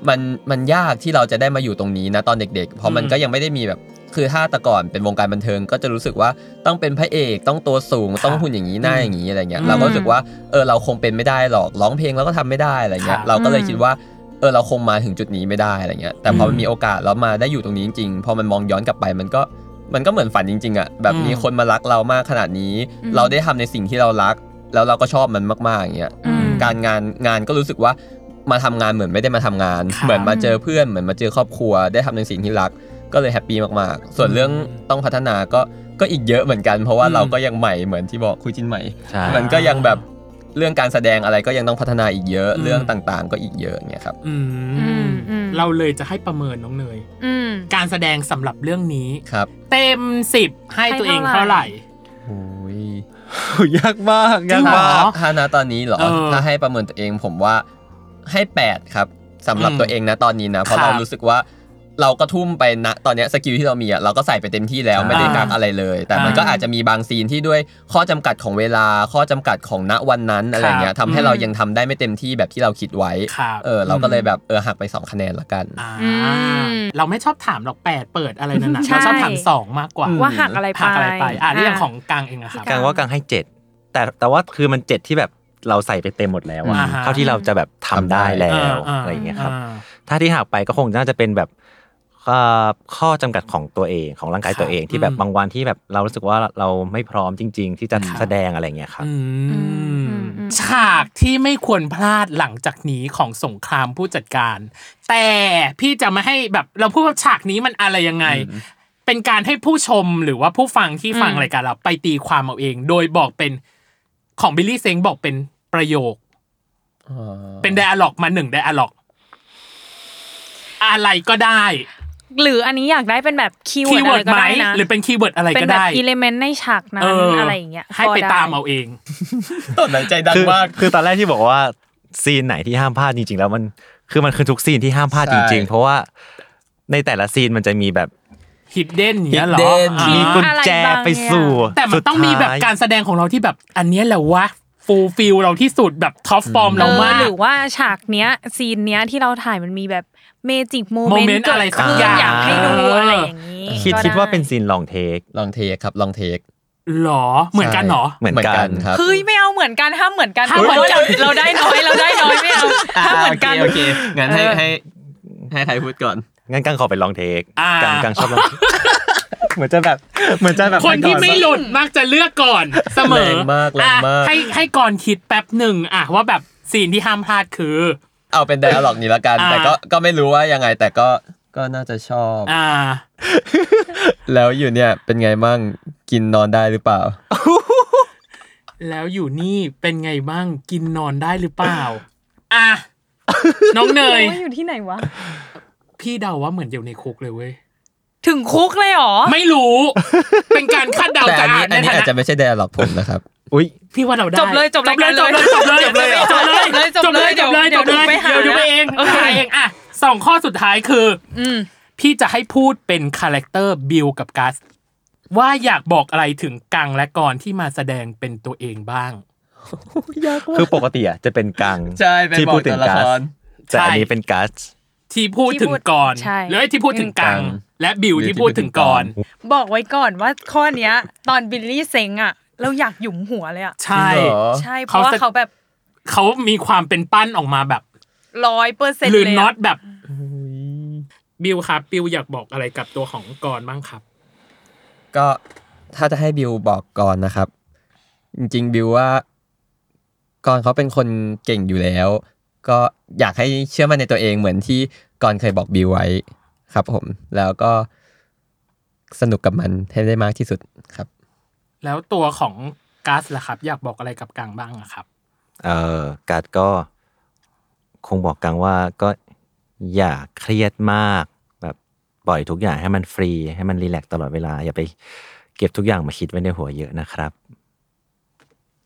มันมันยากที่เราจะได้มาอยู่ตรงนี้นะตอนเด็ก ๆ เพราะมัน อืม ก็ยังไม่ได้มีแบบ คือถ้าแต่ก่อนเป็นวงการบันเทิง ก็จะรู้สึกว่าต้องเป็นพระเอกต้องตัวสูงต้องหุ่นอย่างนี้หน้าอย่างนี้อะไรเงี้ย อืม เราก็รู้สึกว่าเออเราคงเป็นไม่ได้หรอกร้องเพลงเราก็ทำไม่ได้อะไรเงี้ย ค่ะ เราก็เลยคิดว่า เออเราคงมาถึงจุดนี้ไม่ได้อะไรเงี้ยแต่พอมันมีโอกาสแล้วมาได้อยู่ตรงนี้จริงๆพอมันมองย้อนกลับไปมันก็มันก็เหมือนฝันจริง ๆอะแบบ อืม มีคนมารักเรามากขนาดนี้ เราได้ทำในสิ่งที่เรารัก แล้วเราก็ชอบมันมากๆอย่างเงี้ยการงานงานก็รู้สึกว่ามาทำงานเหมือนไม่ได้มาทำงาน ครับ เหมือนมาเจอเพื่อนเหมือนมาเจอครอบครัว ได้ทำในสิ่งที่รักก็เลยแฮปปี้มากๆ ส่วนเรื่องต้องพัฒนาก็ก็อีกเยอะเหมือนกัน เพราะว่า อืม เราก็ยังใหม่เหมือนที่บอกคุยจินใหม่ ใช่ มันก็ยังแบบเรื่องการแสดงอะไรก็ยังต้องพัฒนาอีกเยอะ อืม เรื่องต่างๆ ก็อีกเยอะอย่างเงี้ยครับ อื อื ม มอืม เราเลยจะให้ประเมินน้องเนย อืม การแสดงสำหรับเรื่องนี้ ครับ เต็มสิบให้ตัวเองเท่าไหร่ โอ้ย ยากมากยาก จริงเหร มาก อ ฮานาตอนนี้เหรอ เออ ถ้าให้ประเมินตัวเองผมว่าให้ 8 ครับสำหรับ อืม ตัวเองนะตอนนี้นะ เพราะ ครับ เรารู้สึกว่าเราก็ทุ่มไปนะตอนเนี้ยสกิลที่เรามีอะเราก็ใส่ไปเต็มที่แล้วไม่ได้กักอะไรเลย แต่มัน อ่า ก็อาจจะมีบางซีนที่ด้วยข้อจำกัดของเวลาข้อจำกัดของณวันนั้นอะไรเงี้คยรับ ทำให้เรายังทำได้ไม่เต็มที่แบบที่เราคิดไว้ ครับ เออเราก็เลยแบบเออหักไปสองคะแนนละกัน อ่า อืม เราไม่ชอบถามหรอกแปดเปิดอะไรนั่นนะ ใช่ เราชอบถามสองมากกว่า ว่าหักอะไรไป หักอะไรไปอ่าเรื่องของกังเองอะครับ กลางว่ากลางให้เจ็ดแต่แต่ว่าคือมันเจ็ดที่แบบเราใส่ไปเต็มหมดแล้วอะ อ่าฮะ เท่าที่เราจะแบบทำได้แล้ว า อะไรอย่างเงี้ยครับ อ่า ถ้าที่หักไปก็คงน่าจะเป็นแบบข้อข้อจำกัดของตัวเองของร่างกายตัวเอง ที่แบ อื บ ม บางวันที่แบบเรารู้สึกว่าเราไม่พร้อมจริง ๆ ที่จะ ครับ แสดงอะไรอย่างเงี้ยครับ อื อืมอืมมอืม ฉากที่ไม่ควรพลาดหลังจากนี้ของสงครามผู้จัดการ แต่พี่จะไม่ให้แบบเราพูดว่าฉากนี้มันอะไรยังไง เป็นการให้ผู้ชมหรือว่าผู้ฟังที่ฟังรายการเราไปตีความเอาเอง โดยบอกเป็นของบิลลี่เซงบอกเป็นประโยค เป็นไดอะล็อกมาหนึ่งไดอะล็อกอะไรก็ได้ หรืออันนี้อยากได้เป็นแบบคีย์ คีย์ เวิ เวิ ร์ดร์ด อะ ไหม ไรก็ได้นะ หรือเป็นคีย์เวิร์ดอะไร เป็น ก็ แบบ ได้ อิเลเมนต์ในฉากนั้นอะไรอย่างเงี้ย ให้ไปตามเอาเอง ต้นหายใจดัง คือ มาก คือตอนแรกที่บอกว่าซีนไหนที่ห้ามพลาดจริง ๆ แล้วมันคือมันคือทุกซีนที่ห้ามพลาดจ ใช่ ริง ๆ เพราะว่าในแต่ละซีนมันจะมีแบบ ฮิดเด้นเนี้ยเหรอ Hidden อ่า มีกุญแจไปสู่ แต่มันต้องมีแบบการแสดงของเราที่แบบ อันเนี้ยแหละวะฟูลฟิลเราที่สุดแบบท็อปฟอร์มเรามาก หรือว่าฉากเนี้ยซีนเนี้ยที่เราถ่ายมันมีแบบเมจิกโมเมน moment ต์เกิ อะไร ด สัก ขึ้น อ อย่าง ยากให้ดูอะไรอย่างนี้ คิด ก็ไ คิดว่าเป็นซีนลองเทค ลองเทคครับลองเทค หรอเหมือนกันเหรอ เหมือนกัน ครับ คือไม่เอาเหมือนกันห้ามเหมือนกัน ห้ามเหมือนพราะกันว่าเราเราได้น้อยเราได้น้อยไม่เอาห้ามเหมือนกัน โอเคโอเคงั้นให้ให้ให้ใครพูดก่อน งั้นกังขอไปลองเทค อ่า กังกังชอบลอง เหมือนจะแบบ เหมือนจะแบบ คนที่ ก่อ ไม่ ว่า หลุดมักจะเลือกก่อนเสมอ แรงมากแรงมาก อ่ะให้ให้ก่อนคิดแป๊บหนึ่งอ่ะว่าแบบซีนที่ห้ามพลาดคือ เอาเป็นไดอะล็อกนี้ละกัน อ่า แต่ก็ก็ไม่รู้ว่ายังไงแต่ก็ก็น่าจะชอบ อ่า แล้วอยู่เนี่ยเป็นไงมั่งกินนอนได้หรือเปล่า แล้วอยู่นี่เป็นไงบ้างกินนอนได้หรือเปล่า อ่ะ น้องเนย ว่าอยู่ที่ไหนวะ พี่เดาว่าเหมือนอยู่ในคุกเลยเว้ย ถึงคุกเลยเหรอ ไม่รู้ เป็นการคาดเดา แต่ จากอันนี้ ใน อันนี้ ฐา อาจจะ นะ ไม่ใช่ไดอะล็อกผมนะครับ อุ้ย พี่ว่าเราได้ จบเลยจบ จ รา บ ย เล กายร จบเลยจบเลยจบเลยจบเลย จบเลย จบเลย เดี๋ยวจบเลย เดี๋ยวหนูไปหา เดี๋ยวดูไปเองหาเองอ่ะสองข้อสุดท้ายคืออพี่จะให้พูดเป็นคาแรคเตอร์บิลกับกัสว่าอยากบอกอะไรถึงกังและกรที่มาแสดงเป็นตัวเองบ้าง คือปกติอ่ะจะเป็นกัง ใช่เป็น ที่พูดถึง บอกตัวละ กั ค ส ร แต่อันนี้ ใช่ เป็นกัส ที่พูดถึงกร ใช่ หรือที่พูดถึงกัง กัง และบิลที่พูดถึงกร บอกไว้ก่อนว่าข้อเนี้ย ตอนบิลลี่เซ็งอ่ะ เราอยากหยุมหัวเลยอ่ะ ใช่ จริงเหรอ ใช่ เพราะว่าเขาแบบ เขามีความเป็นปั้นออกมาแบบ ร้อยเปอร์เซ็นต์ หรือ เลย น็อ อะ ตแบบบิลครับบิลอยากบอกอะไรกับตัวของกรบ้างครับ ก็ถ้าจะให้บิวบอกก่อนนะครับ จริงๆบิวว่าก่อนเขาเป็นคนเก่งอยู่แล้ว ก็อยากให้เชื่อมั่นในตัวเองเหมือนที่ก่อนเคยบอกบิวไว้ครับ ผม แล้วก็สนุกกับมันให้ได้มากที่สุดครับ แล้วตัวของกัสล่ะครับ อยากบอกอะไรกับกังบ้างอะครับ เอ่อการ์ดก็คงบอกกังว่าก็อย่าเครียดมาก แบบปล่อยทุกอย่างให้มันฟรี ให้มันรีแลกซ์ตลอดเวลา อย่าไปเก็บทุกอย่างมาคิดไว้ในหัวเยอะนะครับ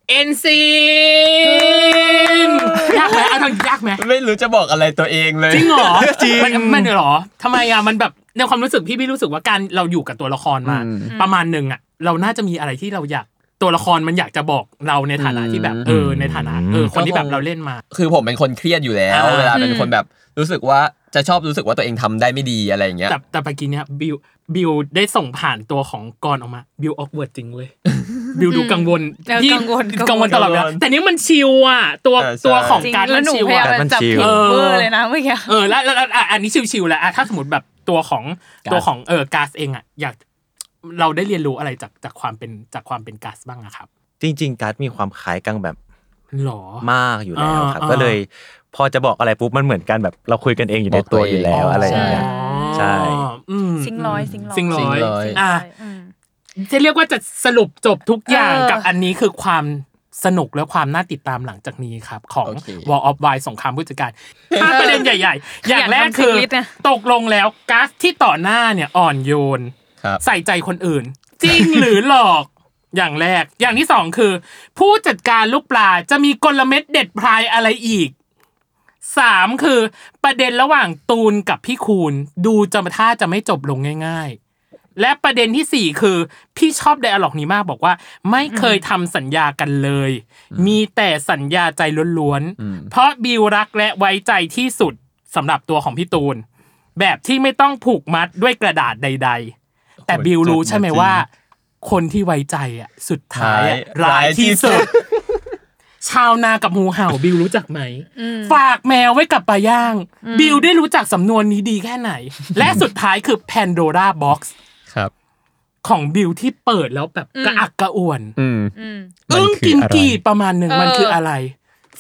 เอ็นซีนยากไหมเอาทางยากไหม ไม่รู้จะบอกอะไรตัวเองเลย จริงเหรอจริงมันมันเหรอทำไมอะมันแบบในความรู้สึกพี่พี่รู้สึกว่าการเราอยู่กับตัวละครมา อืม ประมาณหนึ่งอะเราน่าจะมีอะไรที่เราอยากตัวละครมันอยากจะบอกเราในฐานะที่แบบ เออในฐานะเออคนที่แบบเราเล่นมา คือผมเป็นคนเครียดอยู่แล้ว อ่า เวลาเป็นคนแบบรู้สึกว่าจะชอบรู้สึกว่าตัวเองทำได้ไม่ดีอะไรอย่างเงี้ย แต่แต่เมื่อกี้เนี้ยบิวบิวได้ส่งผ่านตัวของกรออกมาบิวออกเวิร์ดจริง เว้ยบิวดูกังวล เออ พี่ กังวล กังวลตลอดเวลา กังวล แต่นี้มันชิวอ่ะตัว เออใช่ ตัวของ จริง การด แล้ มั วนหนู ชิว พยายาม อ่ะ การ์ดมัน จับ ชิล ผิดเวอร์เลยนะเมื่อกี้ เออแล้วแล้วแล้วอ่ะอันนี้ชิวๆแล้วอ่ะถ้าสมมติแบบตัวของตัวของเออก๊าซเองอ่ะอยากเราได้เรียนรู้อะไรจากจากความเป็นจากความเป็นก๊าซบ้างอะครับ จริง ๆ การ์ดมีความคล้ายกังแบบ หรอ มากอยู่แล้วครับ อ่า ก็เลย พอจะบอกอะไรปุ๊บมันเหมือนกันแบบเราคุยกันเองอยู่ใน บอกตั ตัว ว เอง อยู่แล้วอะไรอย่างเงี้ย ใช่ อืม ซิงค์ร้อยซิงค์ร้อย ซิงค์ร้อย ซิงค์ร้อย อ่ะ จะเรียกว่าจะสรุปจบทุกอย่างกับอันนี้คือความสนุกและความน่าติดตามหลังจากนี้ครับ ของ โอเค War of Wine สงครามผู้จัดการห้าประเด็นใหญ่ ๆ อย่างแรกคือ อยากทำซีรีส์นะ ตกลงแล้วก๊าซที่ต่อหน้าเนี่ยอ่อนโยน ครับ ใส่ใจคนอื่น จริงหรือหลอกอย่างแรก อย่างที่สองคือ ผู้จัดการลูกปลาจะมีกลเม็ดเด็ดพลายอะไรอีกสามคือ ประเด็นระหว่างตูนกับพี่คูณ ดูจะท่าจะไม่จบลงง่าย ๆ และประเด็นที่สี่คือ พี่ชอบไดอะล็อกนี้มากบอกว่า ไม่เคยทำสัญญากันเลย มีแต่สัญญาใจล้วน อืม ๆ เพราะบิวรักและไว้ใจที่สุดสำหรับตัวของพี่ตูน แบบที่ไม่ต้องผูกมัดด้วยกระดาษใด ๆ แต่บิวรู้ใช่ไหมว่า คนที่ไว้ใจอ่ะ สุดท้ายอะ ร้าย ร้ายที่สุด ชาวนากับงูเห่าบิวรู้จักไหม ฝากแมวไว้กับปลาย่าง บิวได้รู้จักสำนวนนี้ดีแค่ไหน และสุดท้ายคือแพนโดราบ็อกซ์ ครับ ของบิวที่เปิดแล้วแบบกระอักกระอ่วน อืม อึ้งกินกี่ประมาณหนึ่ง เออ มันคืออะไร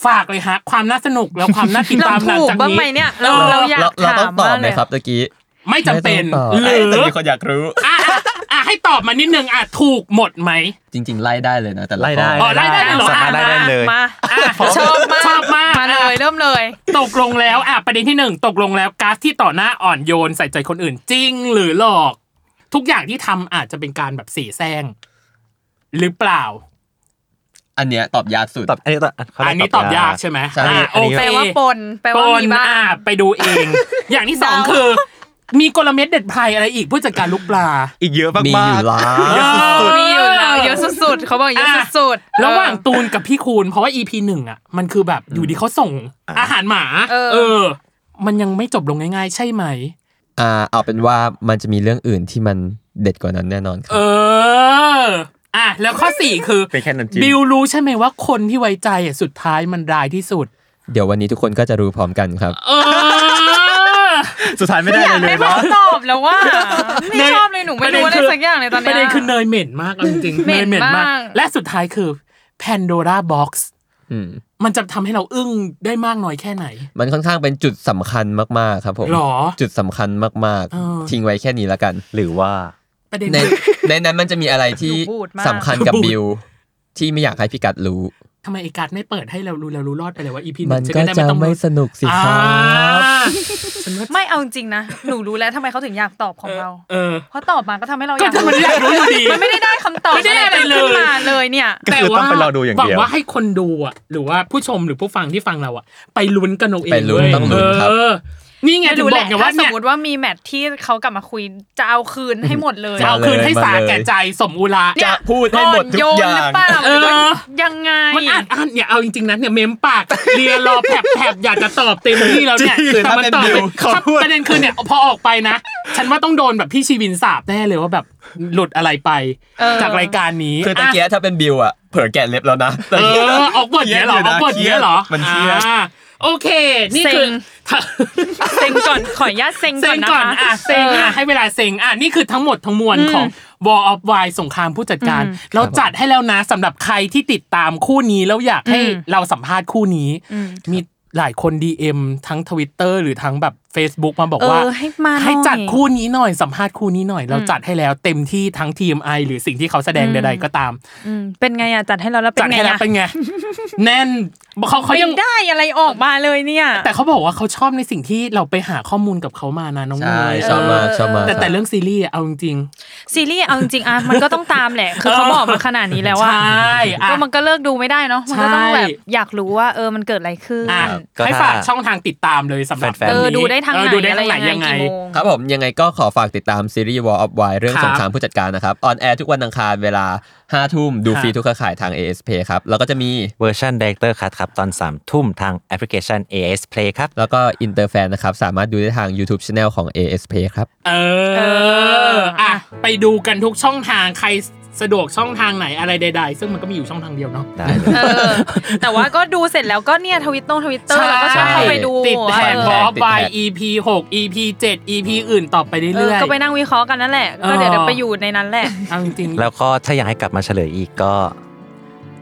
ฝากเลยฮะ ความน่าสนุก และความน่าติดตามหลัง ถูก จาก บ้าง นี้ ไหมเนี่ย เราเราอยาก เราถาเราต้อง ม ตอบ มาก ไหม เลยอะ ครับตะกี้ ไม่จำเป็น ไม่ต้องตอบ หรื เย อ แต่มีคนอยากรู้ อ่ะอ่ะอ่ะให้ตอบมานิดนึงอ่ะถูกหมดไหม จริง ๆ ไล่ได้เลยนะแต่ละ ไล่ได้ ข้ อ๋อไล่ได้เลยเหรอ สามารถไล่ได้เลย มา อ่ะ ชอบมาก ชอบมาก มาเลยเริ่มเลย ตกลงแล้วอ่ะประเด็นที่หนึ่งตกลงแล้วก๊าซที่ต่อหน้าอ่อนโยนใส่ใจคนอื่นจริงหรือหลอก ทุกอย่างที่ทำอาจจะเป็นการแบบเสียแซงหรือเปล่า อันเนี้ยตอบยากสุด ตอบอันนี้ตอบเขาเรี อั ย น ก นี้ตอบยากใช่ไหม ใช่ อ่ะโอเค แปลว่าปนแปลว่ามีบ้า อ่ะ ง ไปดูเอง อย่างที่สอง เดา คือ มีกลเม็ดเด็ดพายอะไรอีกผู้จัดการลูกปลา อีกเยอะมาก มีอยู่ ๆ ล้าน มีอยู่แล้วเยอะสุดๆ เขาบอกเยอะสุดๆ ระหว่าง เออ ตูนกับพี่คูณ เพราะว่า EP หนึ่งอ่ะ มันคือแบบอยู่ดีเขาส่งอาหารหมา เออ เออ มันยังไม่จบลงง่ายๆ ใช่ไหม อ่าเอาเป็นว่ามันจะมีเรื่องอื่นที่มันเด็ดกว่านั้นแน่นอนครั เอบ อ อ่ะ แล้วข้อสี่คือ เป็นแค่น้ำจิ้ม บิวรู้ใช่ไหมว่าคนที่ไว้ใจอ่ะสุดท้ายมันร้ายที่สุด เดี๋ยววันนี้ทุกคนก็จะรู้พร้อมกันครับ เออ สุดท้ายไม่ได้ อยา อะ ก ไรเล ได้ ย ค เนาะ ำตอบแล้วว่า ไม่ เนย ชอบเลยหนูไม่รู้อะไรสักอย่างเลยตอน ป เนี้ย ระเด็นคือเนยเหม็นมากเอาจริงๆ เหม็นมาก และสุดท้ายคือแพนโดราบ็อกซ์ อืม มันจะทำให้เราอึ้งได้มากน้อยแค่ไหน มันค่อนข้างเป็นจุดสำคัญมากๆครับผม หรอ จุดสำคัญมาก เออ ๆ ทิ้งไว้แค่นี้ละกัน หรือว่า ประเด็น ใน คือ ในนั้นมันจะมีอะไรที่ ดูบูดมาก สำคัญกับบิวที่ไม่อยากให้พี่กัดรู้ ทำไมไอการ์ดไม่เปิดให้เรารู้เรารู้รอดไปเลยว่าอีพีห มั นึ่ น งฉัน ก็ ได้ จะ ไม่ต้อง ไม่สนุกสิครั อ่ บ า ไม่เอาจริงๆนะ หนูรู้แล้วทำไมเขาถึงอยากตอบของเรา เออ เพราะตอบมาก็ทำให้เราอ ก็ ยาก ทำไมไม่อยากรู้อยู่ดี มันไม่ได้ได้คำตอบ ไม่ได้อะไรเลย ขึ้นมาเลยเนี่ย ก็คือต้องไปรอดูอย่างเดียหววังว่าให้คนดูอ่ะ หรือว่าผู้ชมหรือผู้ฟังที่ฟังเราอ่ะ ไปลุ้นกันเอาเอง ไปลุ้น เว้ย ต้องลุ้นครับ เออนี่ไง ไม่ ถึง รู้ บ แห อละกไงว่า ถ้าสม เนี่ย มติว่ามีแมทที่เขากลับมาคุยจะเอาคืนให้หมดเลย จะเอาคืนให้สาแก่ใจสมอุรา เนี่ย พูดให้หมดทุก โน อย่า หรื ง เปล่าหรือว่า เออ ยังไง มันอ่านอ่านเนี่ยเอาจริงๆนะเนี่ยเมมปาก เรียรอแผลบแผลบอยากจะตอบเต็มที่แล้วเนี่ย จริง แต่มันตอบ ถ้าเป็นบิ ไม่ วขอ ครับ พูด ประเด็นคือเนี่ยพอออกไปนะ ฉันว่าต้องโดนแบบพี่ชีวินสาบแน่เลยว่าแบบหลุดอะไรไป เออ จากรายการนี้ คือตะเกียะถ้าเป็นบิวอะเผลอแกะเล็บแล้วนะตะ เอ กี้ อออกบทเนี้ยเหรอออกบทเนี้ยเหรอ มันเครียด อ่าโอเค นี่คือ เซ็งก่อนขออนุญาตเซ็ง เซ็ง ก่ ก่ อ อนน นะคะ อ่ะเซ็งอ่ะให้เวลาเซ็งอ่ะนี่คือทั้งหมดทั้งมวลของ War of Wine สงครามผู้จัดการ เราจัดให้แล้วนะสำหรับใครที่ติดตามคู่นี้แล้วอยากให้เราสัมภาษณ์คู่นี้ มีหลายคน DM ทั้ง Twitter หรือทั้งแบบ Facebook มาบอก เอ ว่า อให้มาหน่อย ให้จัดคู่นี้หน่อยสัมภาษณ์คู่นี้หน่อย เราจัดให้แล้วเต็มที่ทั้ง TMI หรือสิ่งที่เขาแสดงใดๆก็ตาม อืมเป็นไงอ่ะจัดให้เราแล้วเป็ จัด นไง ให้แล้ว อ่ะ เป็น ไง แน่นเขาเขายัง ไม่ได้อะไรออกมาเลยเนี่ย แต่เขาบอกว่าเขาชอบในสิ่งที่เราไปหาข้อมูลกับเขามานะน้องเน ใช่ ย ชอบมากชอบมาก แต่แต่เรื่องซีรีส์อะเอาจริงๆ ซีรีส์เอาจริงๆอ่ะมันก็ต้องตามแห ละ คือเขาบอกมาขนาดนี้แล้วว่า ใช่อ่ะ ก็มันก็เลิกดูไม่ได้เนาะมันก็ต้องแบบ ใช่ อยากรู้ว่าเออมันเกิดอะไรขึ้น อ่ะ ครับ ให้ ก็ถ้า ฝากช่องทางติดตามเลยสำหรับ แฟนๆ เออดูได้ทางไหน เออดูได้ทางไหน อะร ยังไง กี่โม ครับผมยังไงก็ขอฝากติดตามซีรีส์ War of Wine เรื่อง ครับ สงครามผู้จัดการนะครับ ออนแอร์ทุกวันอังคารเวลา5ทุ่มดู ครับ ฟรีทุกเครือข่ายทาง ASP ครับ แล้วก็จะมี เวอร์ชัน Director Cut ครับ ตอน3ามทุ่มทางแอปพลิเคชัน AS Play ครับ แล้วก็อินเตอร์แฟนนะครับ สามารถดูได้ทาง YouTube Channel ของ ASP ครับ เอออ่ะไปดูกันทุกช่องทางใครสะดวกช่องทางไหนอะไรใด ๆ ซึ่งมันก็มีอยู่ช่องทางเดียวเนาะ ได้ เลย เออ แต่ว่าก็ดูเสร็จแล้วก็เนี่ยทวิตตงทวิตเตอร์แล้วก็ชอบเข้าไปดู ติดแทน เอ พ อ อ ติดแท็ บาย ก EP 6 EP 7 EP อื่นต่อไป เอ เรื่ อ อย ก็ไปนั่งวิเคราะห์กันนั่นแหละก็เดี๋ยว เออ เดี๋ยวไปอยู่ในนั้นแหละ ๆเอาจริงๆ แล้วก็ถ้าอยากให้กลับมาเฉลยอีกก็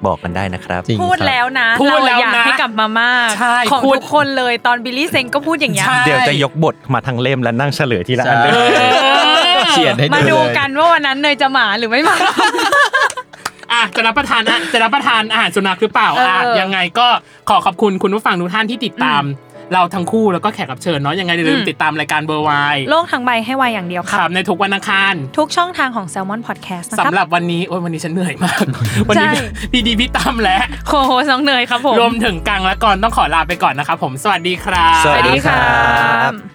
บอกกันได้นะครับ จริง พูด ครับ แล้วนะ พูด เรา แล้วนะ อยากให้กลับมามาก ใช่ ของ พูด ทุกคนเลยตอนบิลลี่เซงก็พูดอย่างเงี้ย ใช่ เดี๋ยวจะยกบทมาทั้งเล่มและนั่งเฉลยทีละอันเลย ใช่ เออ เขียนให้ มา เลย ดูกันว่าวันนั้นเนยจะหมาหรือไม่หมา อ่ะจะรับประทานอ่ะจะรับประทานอาหารสุนัขหรือเปล่าอ่ะ เออ ยังไงก็ขอขอบคุณคุณผู้ฟังทุกท่านที่ติดตาม เราทั้งคู่แล้วก็แขกรับเชิญเนาะยังไงอย่าลืมติดตามรายการเบอร์ไว โลกทั้งใบให้วายอย่างเดียวค ค รั รับ บในทุกวันอังคาร ทุกช่องทางของ Salmon Podcast นะครับ สำหรับวันนี้โอ้ยวันนี้ฉันเหนื่อยมาก วันนี้ ใช่ พี่ดีพี่ตั้มและ โคโฮสน้องเนยครับผม รวมถึงกังและกรต้องขอลาไปก่อนนะครับผมสวัสดีครับ สวัสสวัดีสดีครับ